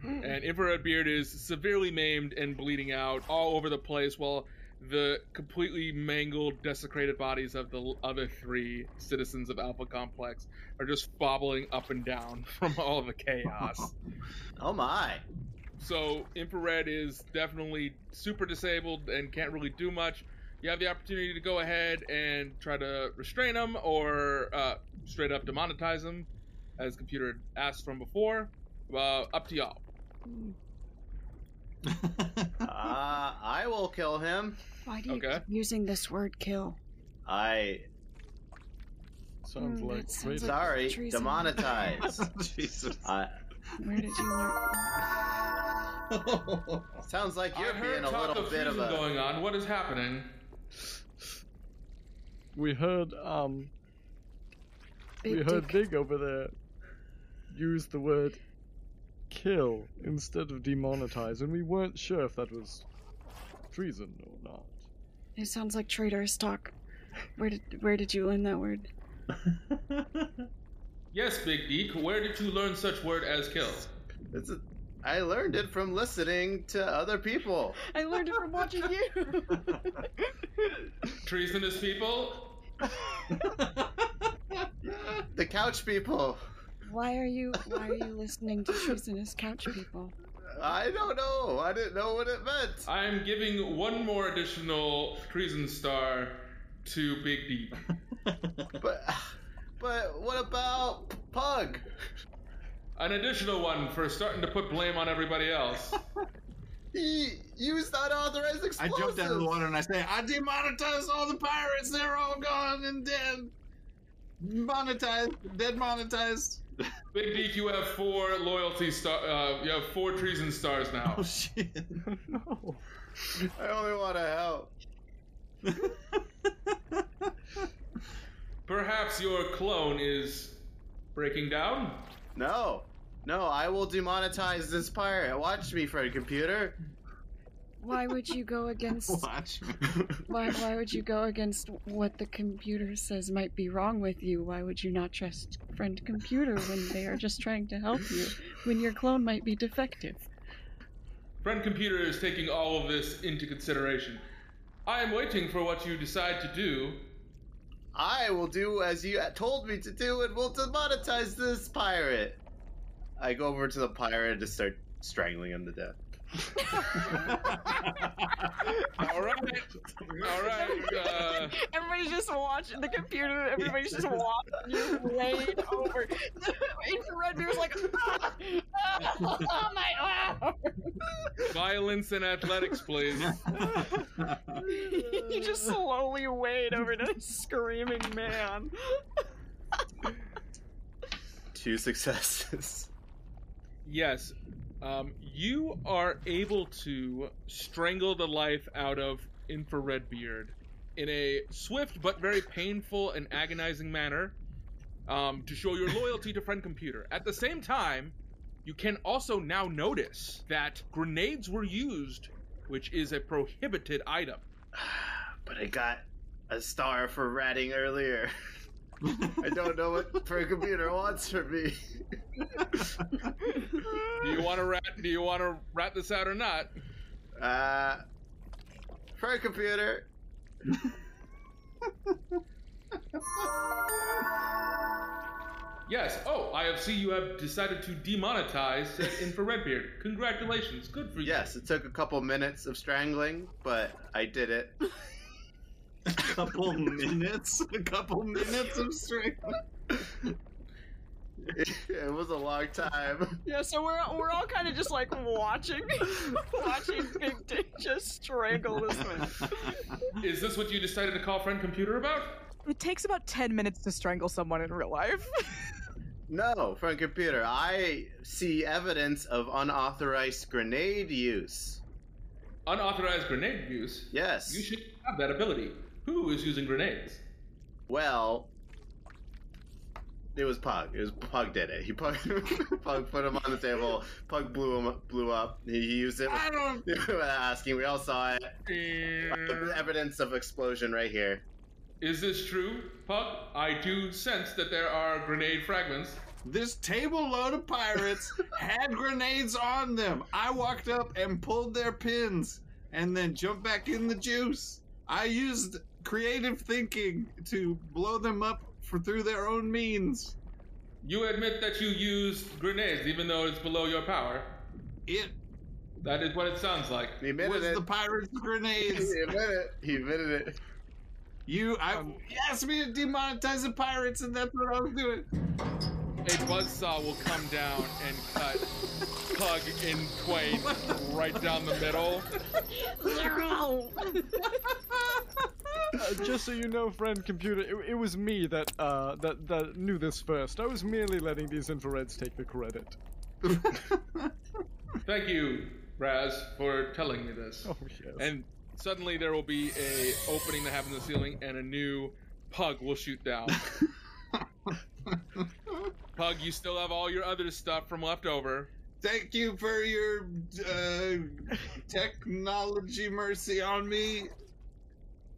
S1: and Infrared Beard is severely maimed and bleeding out all over the place while the completely mangled, desecrated bodies of the l- other three citizens of Alpha Complex are just bobbling up and down from all the chaos.
S4: Oh my.
S1: so infrared is definitely super disabled and can't really do much. You have the opportunity to go ahead and try to restrain him or uh, straight up demonetize him, as computer asked from before. Uh, up to y'all.
S4: Uh, I will kill him.
S8: Why do you
S1: Okay.
S8: keep using this word "kill"?
S4: I
S3: Sounds
S8: Mm,
S3: like
S8: that sounds
S3: great.
S8: like-
S4: sorry,
S8: Treason.
S4: demonetize.
S6: Jesus.
S4: uh,
S8: Where did you learn?
S4: sounds like you're
S1: I heard
S4: being a
S1: talk
S4: little
S1: of
S4: bit of
S1: treason
S4: a.
S1: going on. What is happening?
S3: We heard um
S8: Big
S3: we heard
S8: dick.
S3: Big over there use the word kill instead of demonetize, and we weren't sure if that was treason or not.
S8: It sounds like traitorous talk. Where did where did you learn that word?
S1: Yes, Big Deke, where did you learn such word as kill?
S4: It's a, I learned it from listening to other people.
S7: I learned it from watching you.
S1: Treasonous people?
S4: The couch people.
S8: Why are you why are you listening to treasonous couch people?
S4: I don't know. Oh, I didn't know what it meant.
S1: I'm giving one more additional treason star to Big Deke.
S4: But, but what about Pug?
S1: An additional one for starting to put blame on everybody else.
S4: He used unauthorized
S6: I
S4: explosives.
S6: jumped out of the water and I say, I demonetized all the pirates. They're all gone and dead. Monetized. Dead monetized.
S1: Big Deke, you have four loyalty star. Uh, you have four treason stars now.
S6: Oh, shit.
S3: no.
S4: I only want to help.
S1: Perhaps your clone is breaking down.
S4: No, no. I will demonetize this pirate. Watch me, Fred Computer.
S8: Why would you go against
S6: Watch me.
S8: why why would you go against what the computer says might be wrong with you? Why would you not trust friend computer when they are just trying to help you when your clone might be defective?
S1: Friend Computer is taking all of this into consideration. I am waiting for what you decide to do.
S4: I will do as you told me to do, and will demonetize this pirate. I go over to the pirate to start strangling him to death.
S1: All right, all right. Uh,
S7: everybody's just watching the computer. Everybody's just watching you laid over. Infrared mirror's like, ah, ah, oh my, ah.
S1: violence and athletics, please.
S7: You just slowly wade over to this screaming man.
S4: Two successes.
S1: Yes, um, you are able to strangle the life out of Infrared Beard in a swift but very painful and agonizing manner um, to show your loyalty to Friend Computer. At the same time, you can also now notice that grenades were used, which is a prohibited item.
S4: But I got a star for ratting earlier. I don't know what Fred Computer wants from me.
S1: Do you want to rat? Do you want to rat this out or not?
S4: Uh, Fred Computer.
S1: Yes. Oh, I have seen you have decided to demonetize said infrared beard. Congratulations. Good for you.
S4: Yes, it took a couple minutes of strangling, but I did it.
S6: a couple minutes. A couple minutes of strength.
S4: It was a long time.
S7: Yeah, so we're we're all kind of just like watching, watching Big Dick just strangle this man.
S1: Is this what you decided to call friend computer about?
S5: It takes about 10 minutes to strangle someone in real life.
S4: No, Frank Computer, I see evidence of unauthorized grenade use.
S1: Unauthorized grenade use.
S4: Yes.
S1: You should have that ability. Who is using grenades?
S4: Well, it was Pug. It was Pug did it. He Pug, Pug put him on the table. Pug blew him blew up. He used it
S6: I don't.
S4: without asking. We all saw it. Evidence of explosion right here.
S1: Is this true, Pug? I do sense that there are grenade fragments.
S6: This table load of pirates had grenades on them. I walked up and pulled their pins and then jumped back in the juice. I used creative thinking to blow them up for through their own means.
S1: You admit that you used grenades, even though it's below your power.
S6: It
S1: That is what it sounds like.
S4: He admitted
S6: was
S4: it.
S6: the pirates' grenades.
S4: he admitted it. He admitted it. Um,
S6: You, I, you asked me to demonetize the pirates, and that's what I was doing.
S1: A buzzsaw will come down and cut Pug in twain right down the middle.
S3: Uh, just so you know, friend computer, it, it was me that uh that that knew this first. I was merely letting these infrareds take the credit.
S1: Thank you, Raz, for telling me this.
S3: Oh yes.
S1: And suddenly there will be a opening that happens in the ceiling, and a new pug will shoot down. pug, you still have all your other stuff from left over.
S6: Thank you for your uh, technology mercy on me.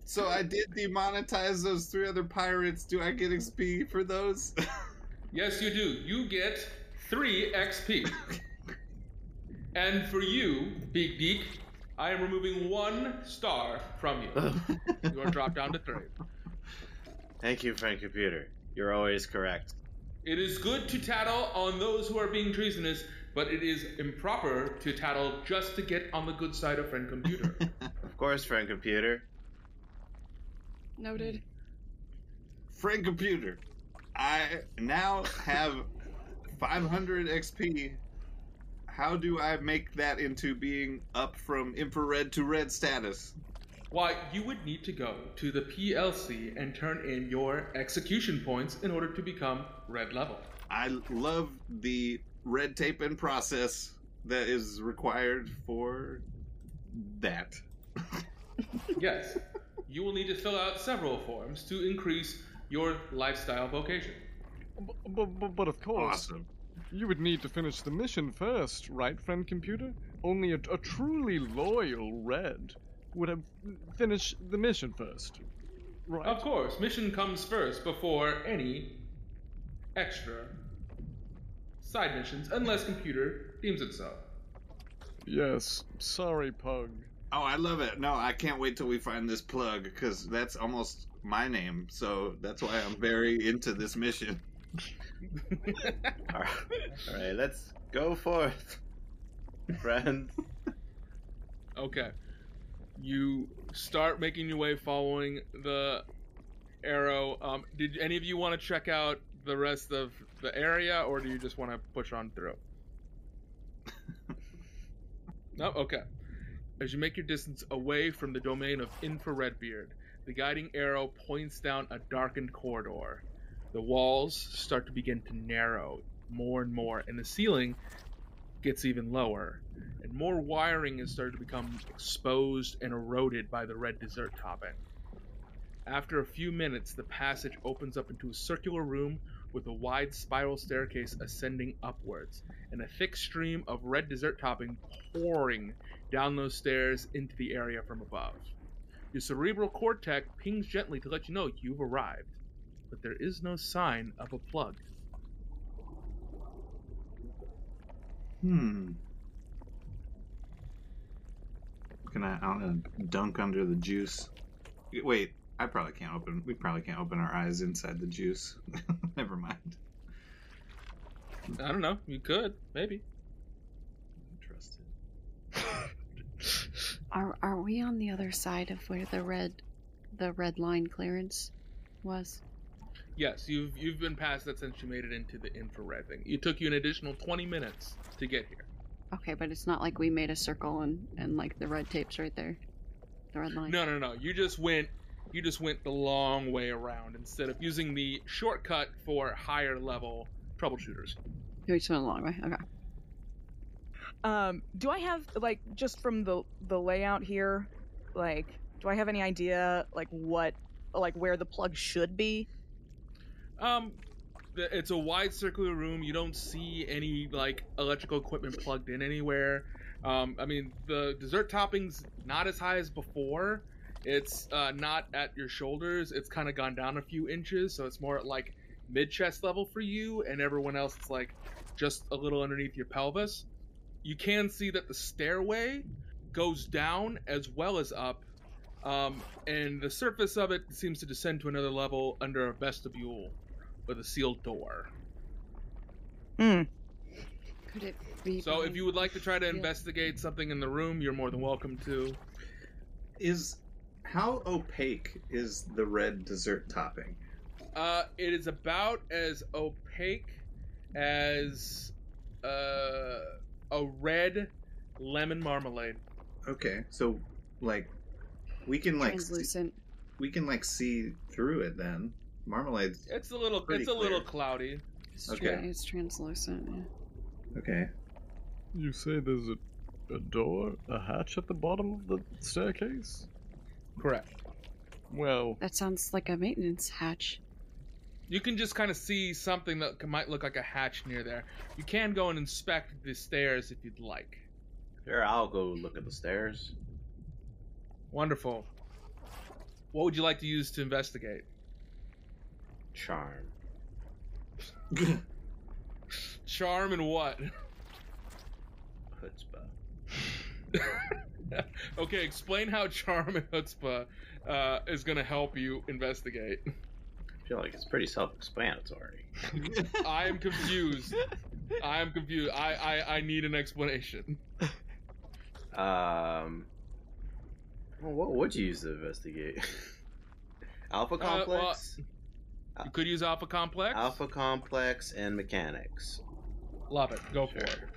S6: So I did demonetize those three other pirates. Do I get XP for those?
S1: Yes, you do. You get three XP. and for you, Big Deek, I am removing one star from you. you are dropped down to three.
S4: Thank you, friend computer. You're always correct.
S1: It is good to tattle on those who are being treasonous, but it is improper to tattle just to get on the good side of friend computer.
S4: Of course, friend computer.
S7: Noted.
S6: Friend computer, I now have 500 XP. How do I make that into being up from infrared to red status?
S1: Why, you would need to go to the PLC and turn in your execution points in order to become red level.
S6: I love the red tape and process that is required for that.
S1: Yes, you will need to fill out several forms to increase your lifestyle vocation.
S3: But, but, but of course,
S6: Awesome.
S3: you would need to finish the mission first, right, friend computer? Only a, a truly loyal red would have finished the mission first. Right.
S1: Of course, mission comes first before any extra side missions, unless computer deems it so.
S3: Yes. Sorry, Pug.
S6: Oh, I love it. No, I can't wait till we find this plug because that's almost my name. So that's why I'm very into this mission.
S4: All right, all right let's go forth, friends.
S1: Okay. You start making your way following the arrow. Um, did any of you want to check out the rest of the area, or do you just want to push on through? no? Okay. As you make your distance away from the domain of infrared beard, the guiding arrow points down a darkened corridor. The walls start to begin to narrow more and more, and the ceiling gets even lower and more wiring is starting to become exposed and eroded by the red desert topping. After a few minutes, the passage opens up into a circular room with a wide spiral staircase ascending upwards, and a thick stream of red dessert topping pouring down those stairs into the area from above. Your cerebral cortex pings gently to let you know you've arrived, but there is no sign of a plug.
S6: Hmm. Can I? I'm gonna dunk under the juice. Wait, I probably can't open. We probably can't open our eyes inside the juice. Never mind.
S1: I don't know, you could, maybe.
S6: Interested.
S7: Are are we on the other side of where the red the red line clearance was?
S1: Yes, you've you've been past that since you made it into the infrared thing. It took you an additional twenty minutes to get here.
S7: Okay, but it's not like we made a circle and and like the red tape's right there. The red line.
S1: No, no, no. You just went you just went the long way around instead of using the shortcut for higher level troubleshooters.
S7: We just went a long way. Okay.
S5: Um, do I have like just from the the layout here, like do I have any idea like what like where the plug should be?
S1: Um, the, it's a wide circular room. You don't see any like electrical equipment plugged in anywhere. Um, I mean, the dessert toppings not as high as before. It's uh, not at your shoulders. It's kind of gone down a few inches, so it's more at like mid chest level for you, and everyone else it's like just a little underneath your pelvis. You can see that the stairway goes down as well as up, um, and the surface of it seems to descend to another level under a vestibule with a sealed door.
S5: Hmm.
S7: Could it be?
S1: So if
S7: by-
S1: you would like to try to
S7: Yeah.
S1: investigate something in the room, you're more than welcome to.
S6: Is how opaque is the red dessert topping?
S1: Uh, it is about as opaque as uh, a red lemon marmalade.
S6: Okay, so like we can like see,
S7: translucent.
S6: we can like see through it then. Marmalade's
S1: It's a little,
S6: Pretty
S1: it's a little
S6: clear.
S1: cloudy.
S7: It's,
S6: Okay.
S7: tra- it's translucent. yeah.
S6: okay.
S3: You say there's a, a door, a hatch at the bottom of the staircase?
S1: Correct.
S3: Well,
S7: That sounds like a maintenance hatch.
S1: You can just kind of see something that c- might look like a hatch near there. You can go and inspect the stairs if you'd like.
S4: Sure, I'll go look at the stairs.
S1: Wonderful. What would you like to use to investigate?
S4: Charm.
S1: Charm and what?
S4: Chutzpah.
S1: okay, explain how charm and chutzpah uh, is going to help you investigate.
S4: I feel like it's pretty self-explanatory.
S1: I am confused. I am confused. I, I, I need an explanation.
S4: Um, well, what would you use to investigate? Alpha
S1: Uh, well,
S4: complex,
S1: You could use alpha complex.
S4: alpha complex, and mechanics.
S1: Love it. Go for it.
S4: Sure.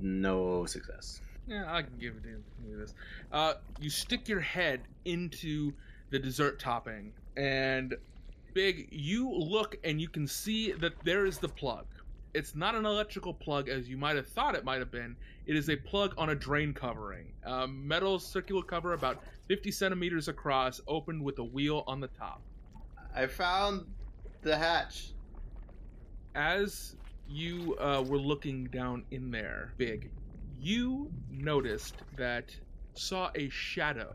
S4: No success.
S1: Yeah, I can give a damn who this. Uh, you stick your head into the dessert topping, and Big, you look and you can see that there is the plug. It's not an electrical plug as you might have thought it might have been. It is a plug on a drain covering, a metal circular cover about 50 centimeters across, opened with a wheel on the top.
S4: I found the hatch.
S1: as you uh, were looking down in there, Big, you noticed that saw a shadow.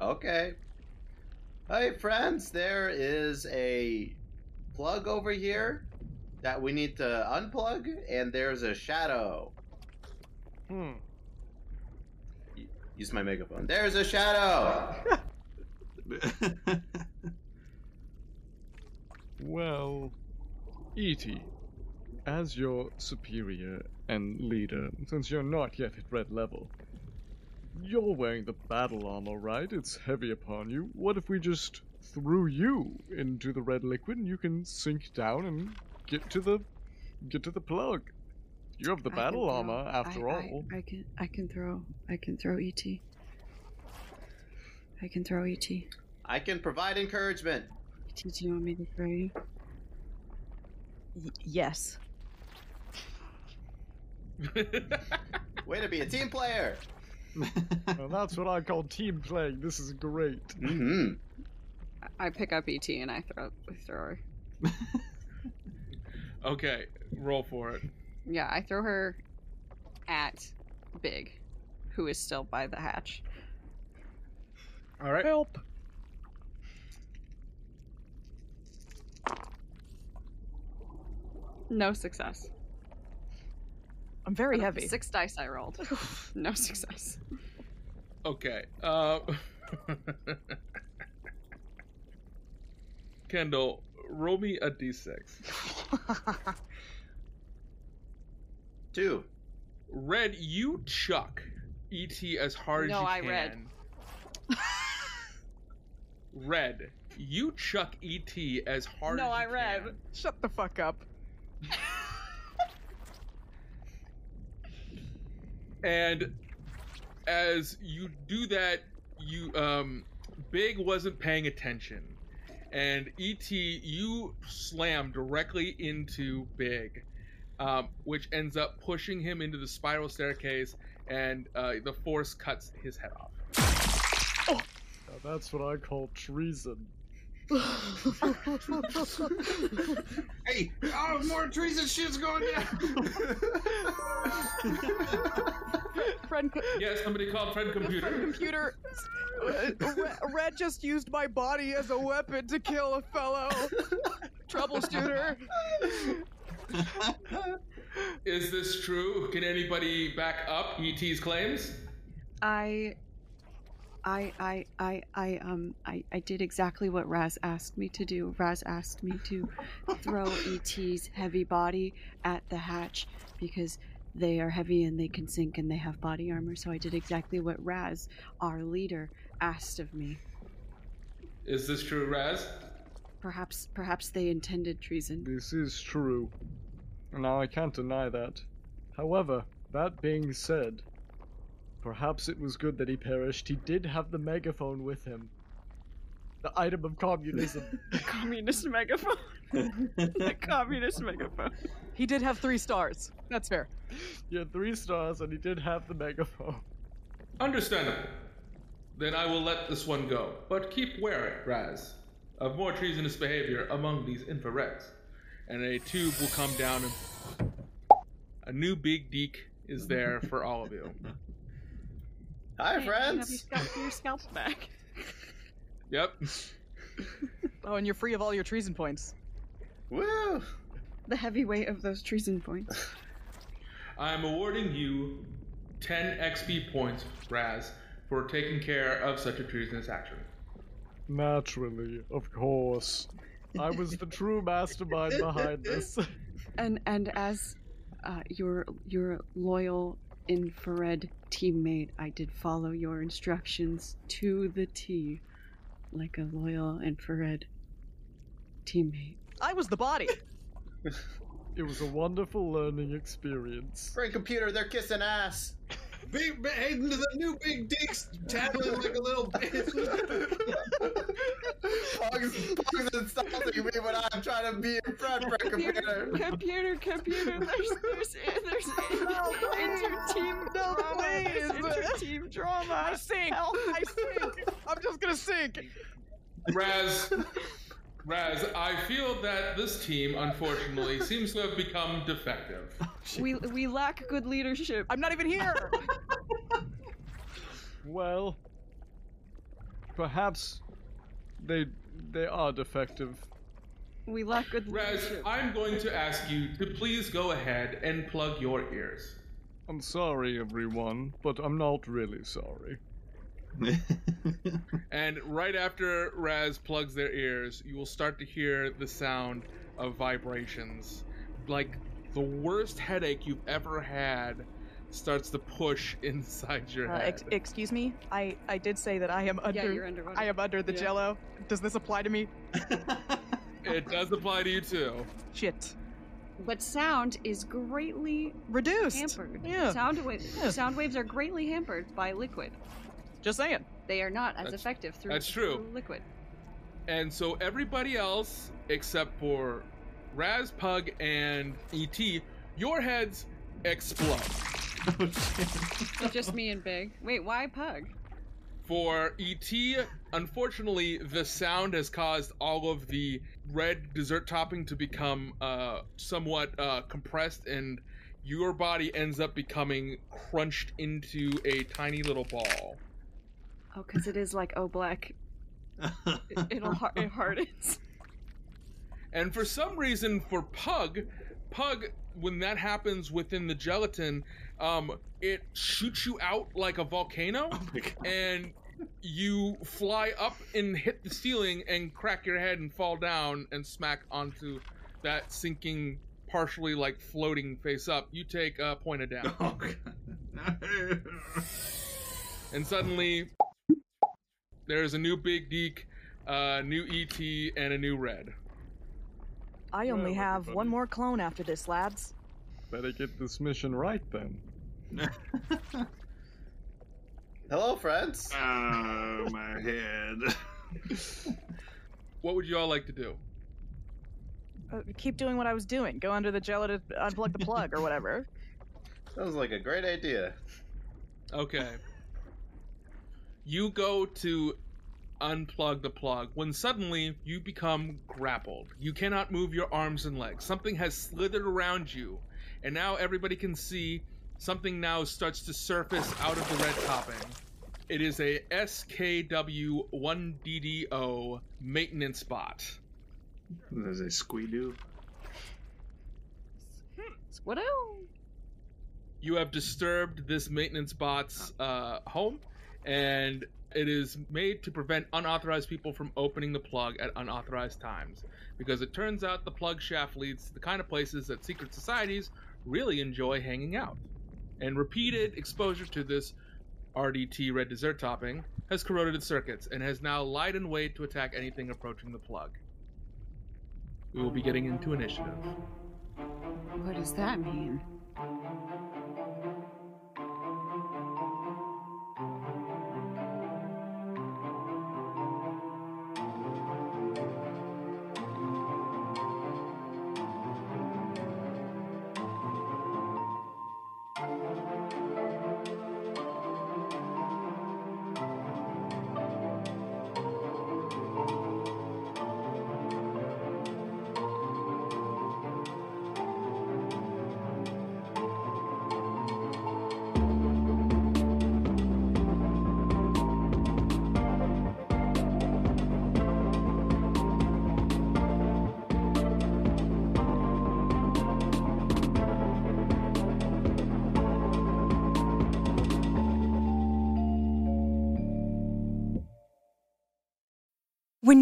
S4: Okay. Hey, friends, there is a plug over here that we need to unplug, and there's a shadow.
S3: Hmm.
S4: Use my megaphone. There's a shadow!
S3: Well, Edie, as your superior and leader, since you're not yet at red level, you're wearing the battle armor, right? It's heavy upon you. What if we just threw you into the red liquid and you can sink down and get to the get to the plug? You have the
S8: I can
S3: battle
S8: throw-
S3: armor after
S8: I- I-
S3: all.
S8: I, can I can throw I can throw
S7: E
S8: ET. I can throw ET. ET,
S4: I can provide encouragement.
S7: E
S8: do you want me to throw you?
S5: Y- yes.
S4: Way to be a team player!
S3: Well, that's what I call team playing. This is great.
S4: hmm
S7: I pick up ET and I throw throw her.
S1: okay, roll for it.
S7: Yeah, I throw her at Big, who is still by the hatch.
S1: All right.
S5: Help.
S7: No success.
S5: I'm very heavy.
S7: Six dice I rolled. no success.
S1: Okay. Uh, Kendall, roll me a d6.
S4: Two.
S1: Red, you chuck ET as hard as
S7: No,
S1: you
S7: I
S1: can.
S7: read.
S1: Red, you chuck ET as hard
S7: No,
S1: as you
S7: I read.
S1: can.
S5: Shut the fuck up.
S1: and as you do that you um big wasn't paying attention and et you slam directly into big um, which ends up pushing him into the spiral staircase and uh, the force cuts his head off
S3: Now, that's what I call treason.
S6: hey, oh, more trees and shit's going down.
S5: Friend, co-
S1: yes somebody called friend
S5: friend
S1: computer
S5: computer. Re- Red just used my body as a weapon to kill a fellow troubleshooter.
S1: is this true can anybody back up et's claims
S8: I I I I I um I, I did exactly what Raz asked me to do. Raz asked me to throw ET's heavy body at the hatch because they are heavy and they can sink and they have body armor, so I did exactly what Raz, our leader, asked of me.
S1: is this true raz
S8: Perhaps perhaps they intended treason.
S3: This is true. Now, I can't deny that. However, that being said, perhaps it was good that he perished. He did have the megaphone with him. The item of communism.
S7: Communist megaphone. the communist megaphone.
S5: He did have three stars. That's fair.
S3: he had three stars and he did have the megaphone.
S1: Understandable. Then I will let this one go. But keep wary, Raz. of more treasonous behavior among these infrareds. And a tube will come down and a new big deke is there for all of you.
S4: Hi,
S7: Hey, Have you
S4: friends.
S7: scalped your scalps back?
S1: Yep.
S5: Oh, and you're free of all your treason points.
S4: Woo!
S8: The heavy weight of those treason points.
S1: I'm awarding you 10 XP points, Raz, for taking care of such a treasonous action.
S3: Naturally, of course. I was the true mastermind behind this.
S8: And and as uh, your your loyal infrared teammate, I did follow your instructions to the T, like a loyal infrared teammate.
S5: I was the body.
S3: It was a wonderful learning experience.
S4: Great computer, they're kissing ass.
S6: Big, big Hayden, the new big dick's tattling like a little bitch.
S4: Pogs, Pogs insulting me when I'm trying to be your friend, Great
S7: Computer,
S4: computer.
S7: computer, computer. There's, there's, there's inter-team
S5: No,
S7: drama. There's
S5: please.
S7: inter-team drama.
S5: I sink. I sink. I'm just gonna sink.
S1: Raz, Raz, I feel that this team, unfortunately, seems to have become defective.
S7: We, we lack good leadership.
S5: I'm not even here.
S3: Well, perhaps they they are defective.
S8: We lack good
S1: Raz,
S8: leadership.
S1: I'm going to ask you to please go ahead and plug your ears.
S3: I'm sorry, everyone, but I'm not really sorry.
S1: And right after Raz plugs their ears, you will start to hear the sound of vibrations. Like the worst headache you've ever had starts to push inside your
S5: Uh,
S1: head.
S5: ex- excuse me. I I did say that I am under.
S8: yeah, you're underwater.
S5: I am under the
S8: Yeah.
S5: jello. Does this apply to me?
S1: it does apply to you too.
S5: Shit.
S8: But sound is greatly
S5: Reduced.
S8: hampered.
S5: Yeah.
S8: Sound waves.
S5: Yeah.
S8: Sound waves are greatly hampered by liquid.
S5: Just saying.
S8: They are not as
S1: That's-
S8: effective through,
S1: that's true.
S8: through liquid.
S1: And so everybody else, except for Raz, Pug, and ET, your heads explode.
S8: Just me and Big. Wait, why Pug?
S1: For ET, unfortunately, the sound has caused all of the red dessert topping to become uh, somewhat uh, compressed, and your body ends up becoming crunched into a tiny little ball.
S8: Oh, because it is like O Black.
S7: It'll har- it hardens.
S1: And for some reason, for Pug, Pug, when that happens within the gelatin, um, it shoots you out like a volcano,
S6: Oh my god.
S1: and you fly up and hit the ceiling and crack your head and fall down and smack onto that sinking, partially like floating face up. You take a point of damage,
S6: Oh god.
S1: and suddenly there is a new Big Deke, a new ET, and a new Red.
S5: I only
S3: Well,
S5: have
S3: everybody.
S5: one more clone after this, lads.
S3: Better get this mission right then.
S4: Hello, friends.
S6: Oh my head.
S1: What would you all like to do?
S5: Uh, keep doing what I was doing. Go under the jello to unplug the plug or whatever.
S4: Sounds like a great idea.
S1: Okay. You go to unplug the plug when suddenly you become grappled. You cannot move your arms and legs. Something has slithered around you, and now everybody can see something now starts to surface out of the red topping. It is a SKW1DDO maintenance bot.
S6: There's a squeedoo.
S7: What else?
S1: You have disturbed this maintenance bot's
S7: Oh.
S1: uh, home, and it is made to prevent unauthorized people from opening the plug at unauthorized times. Because it turns out the plug shaft leads to the kind of places that secret societies really enjoy hanging out. And repeated exposure to this RDT red dessert topping has corroded its circuits and has now lied in wait to attack anything approaching the plug. We will be getting into initiative.
S8: What does that mean?
S10: When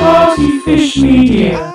S11: Party Fish Media.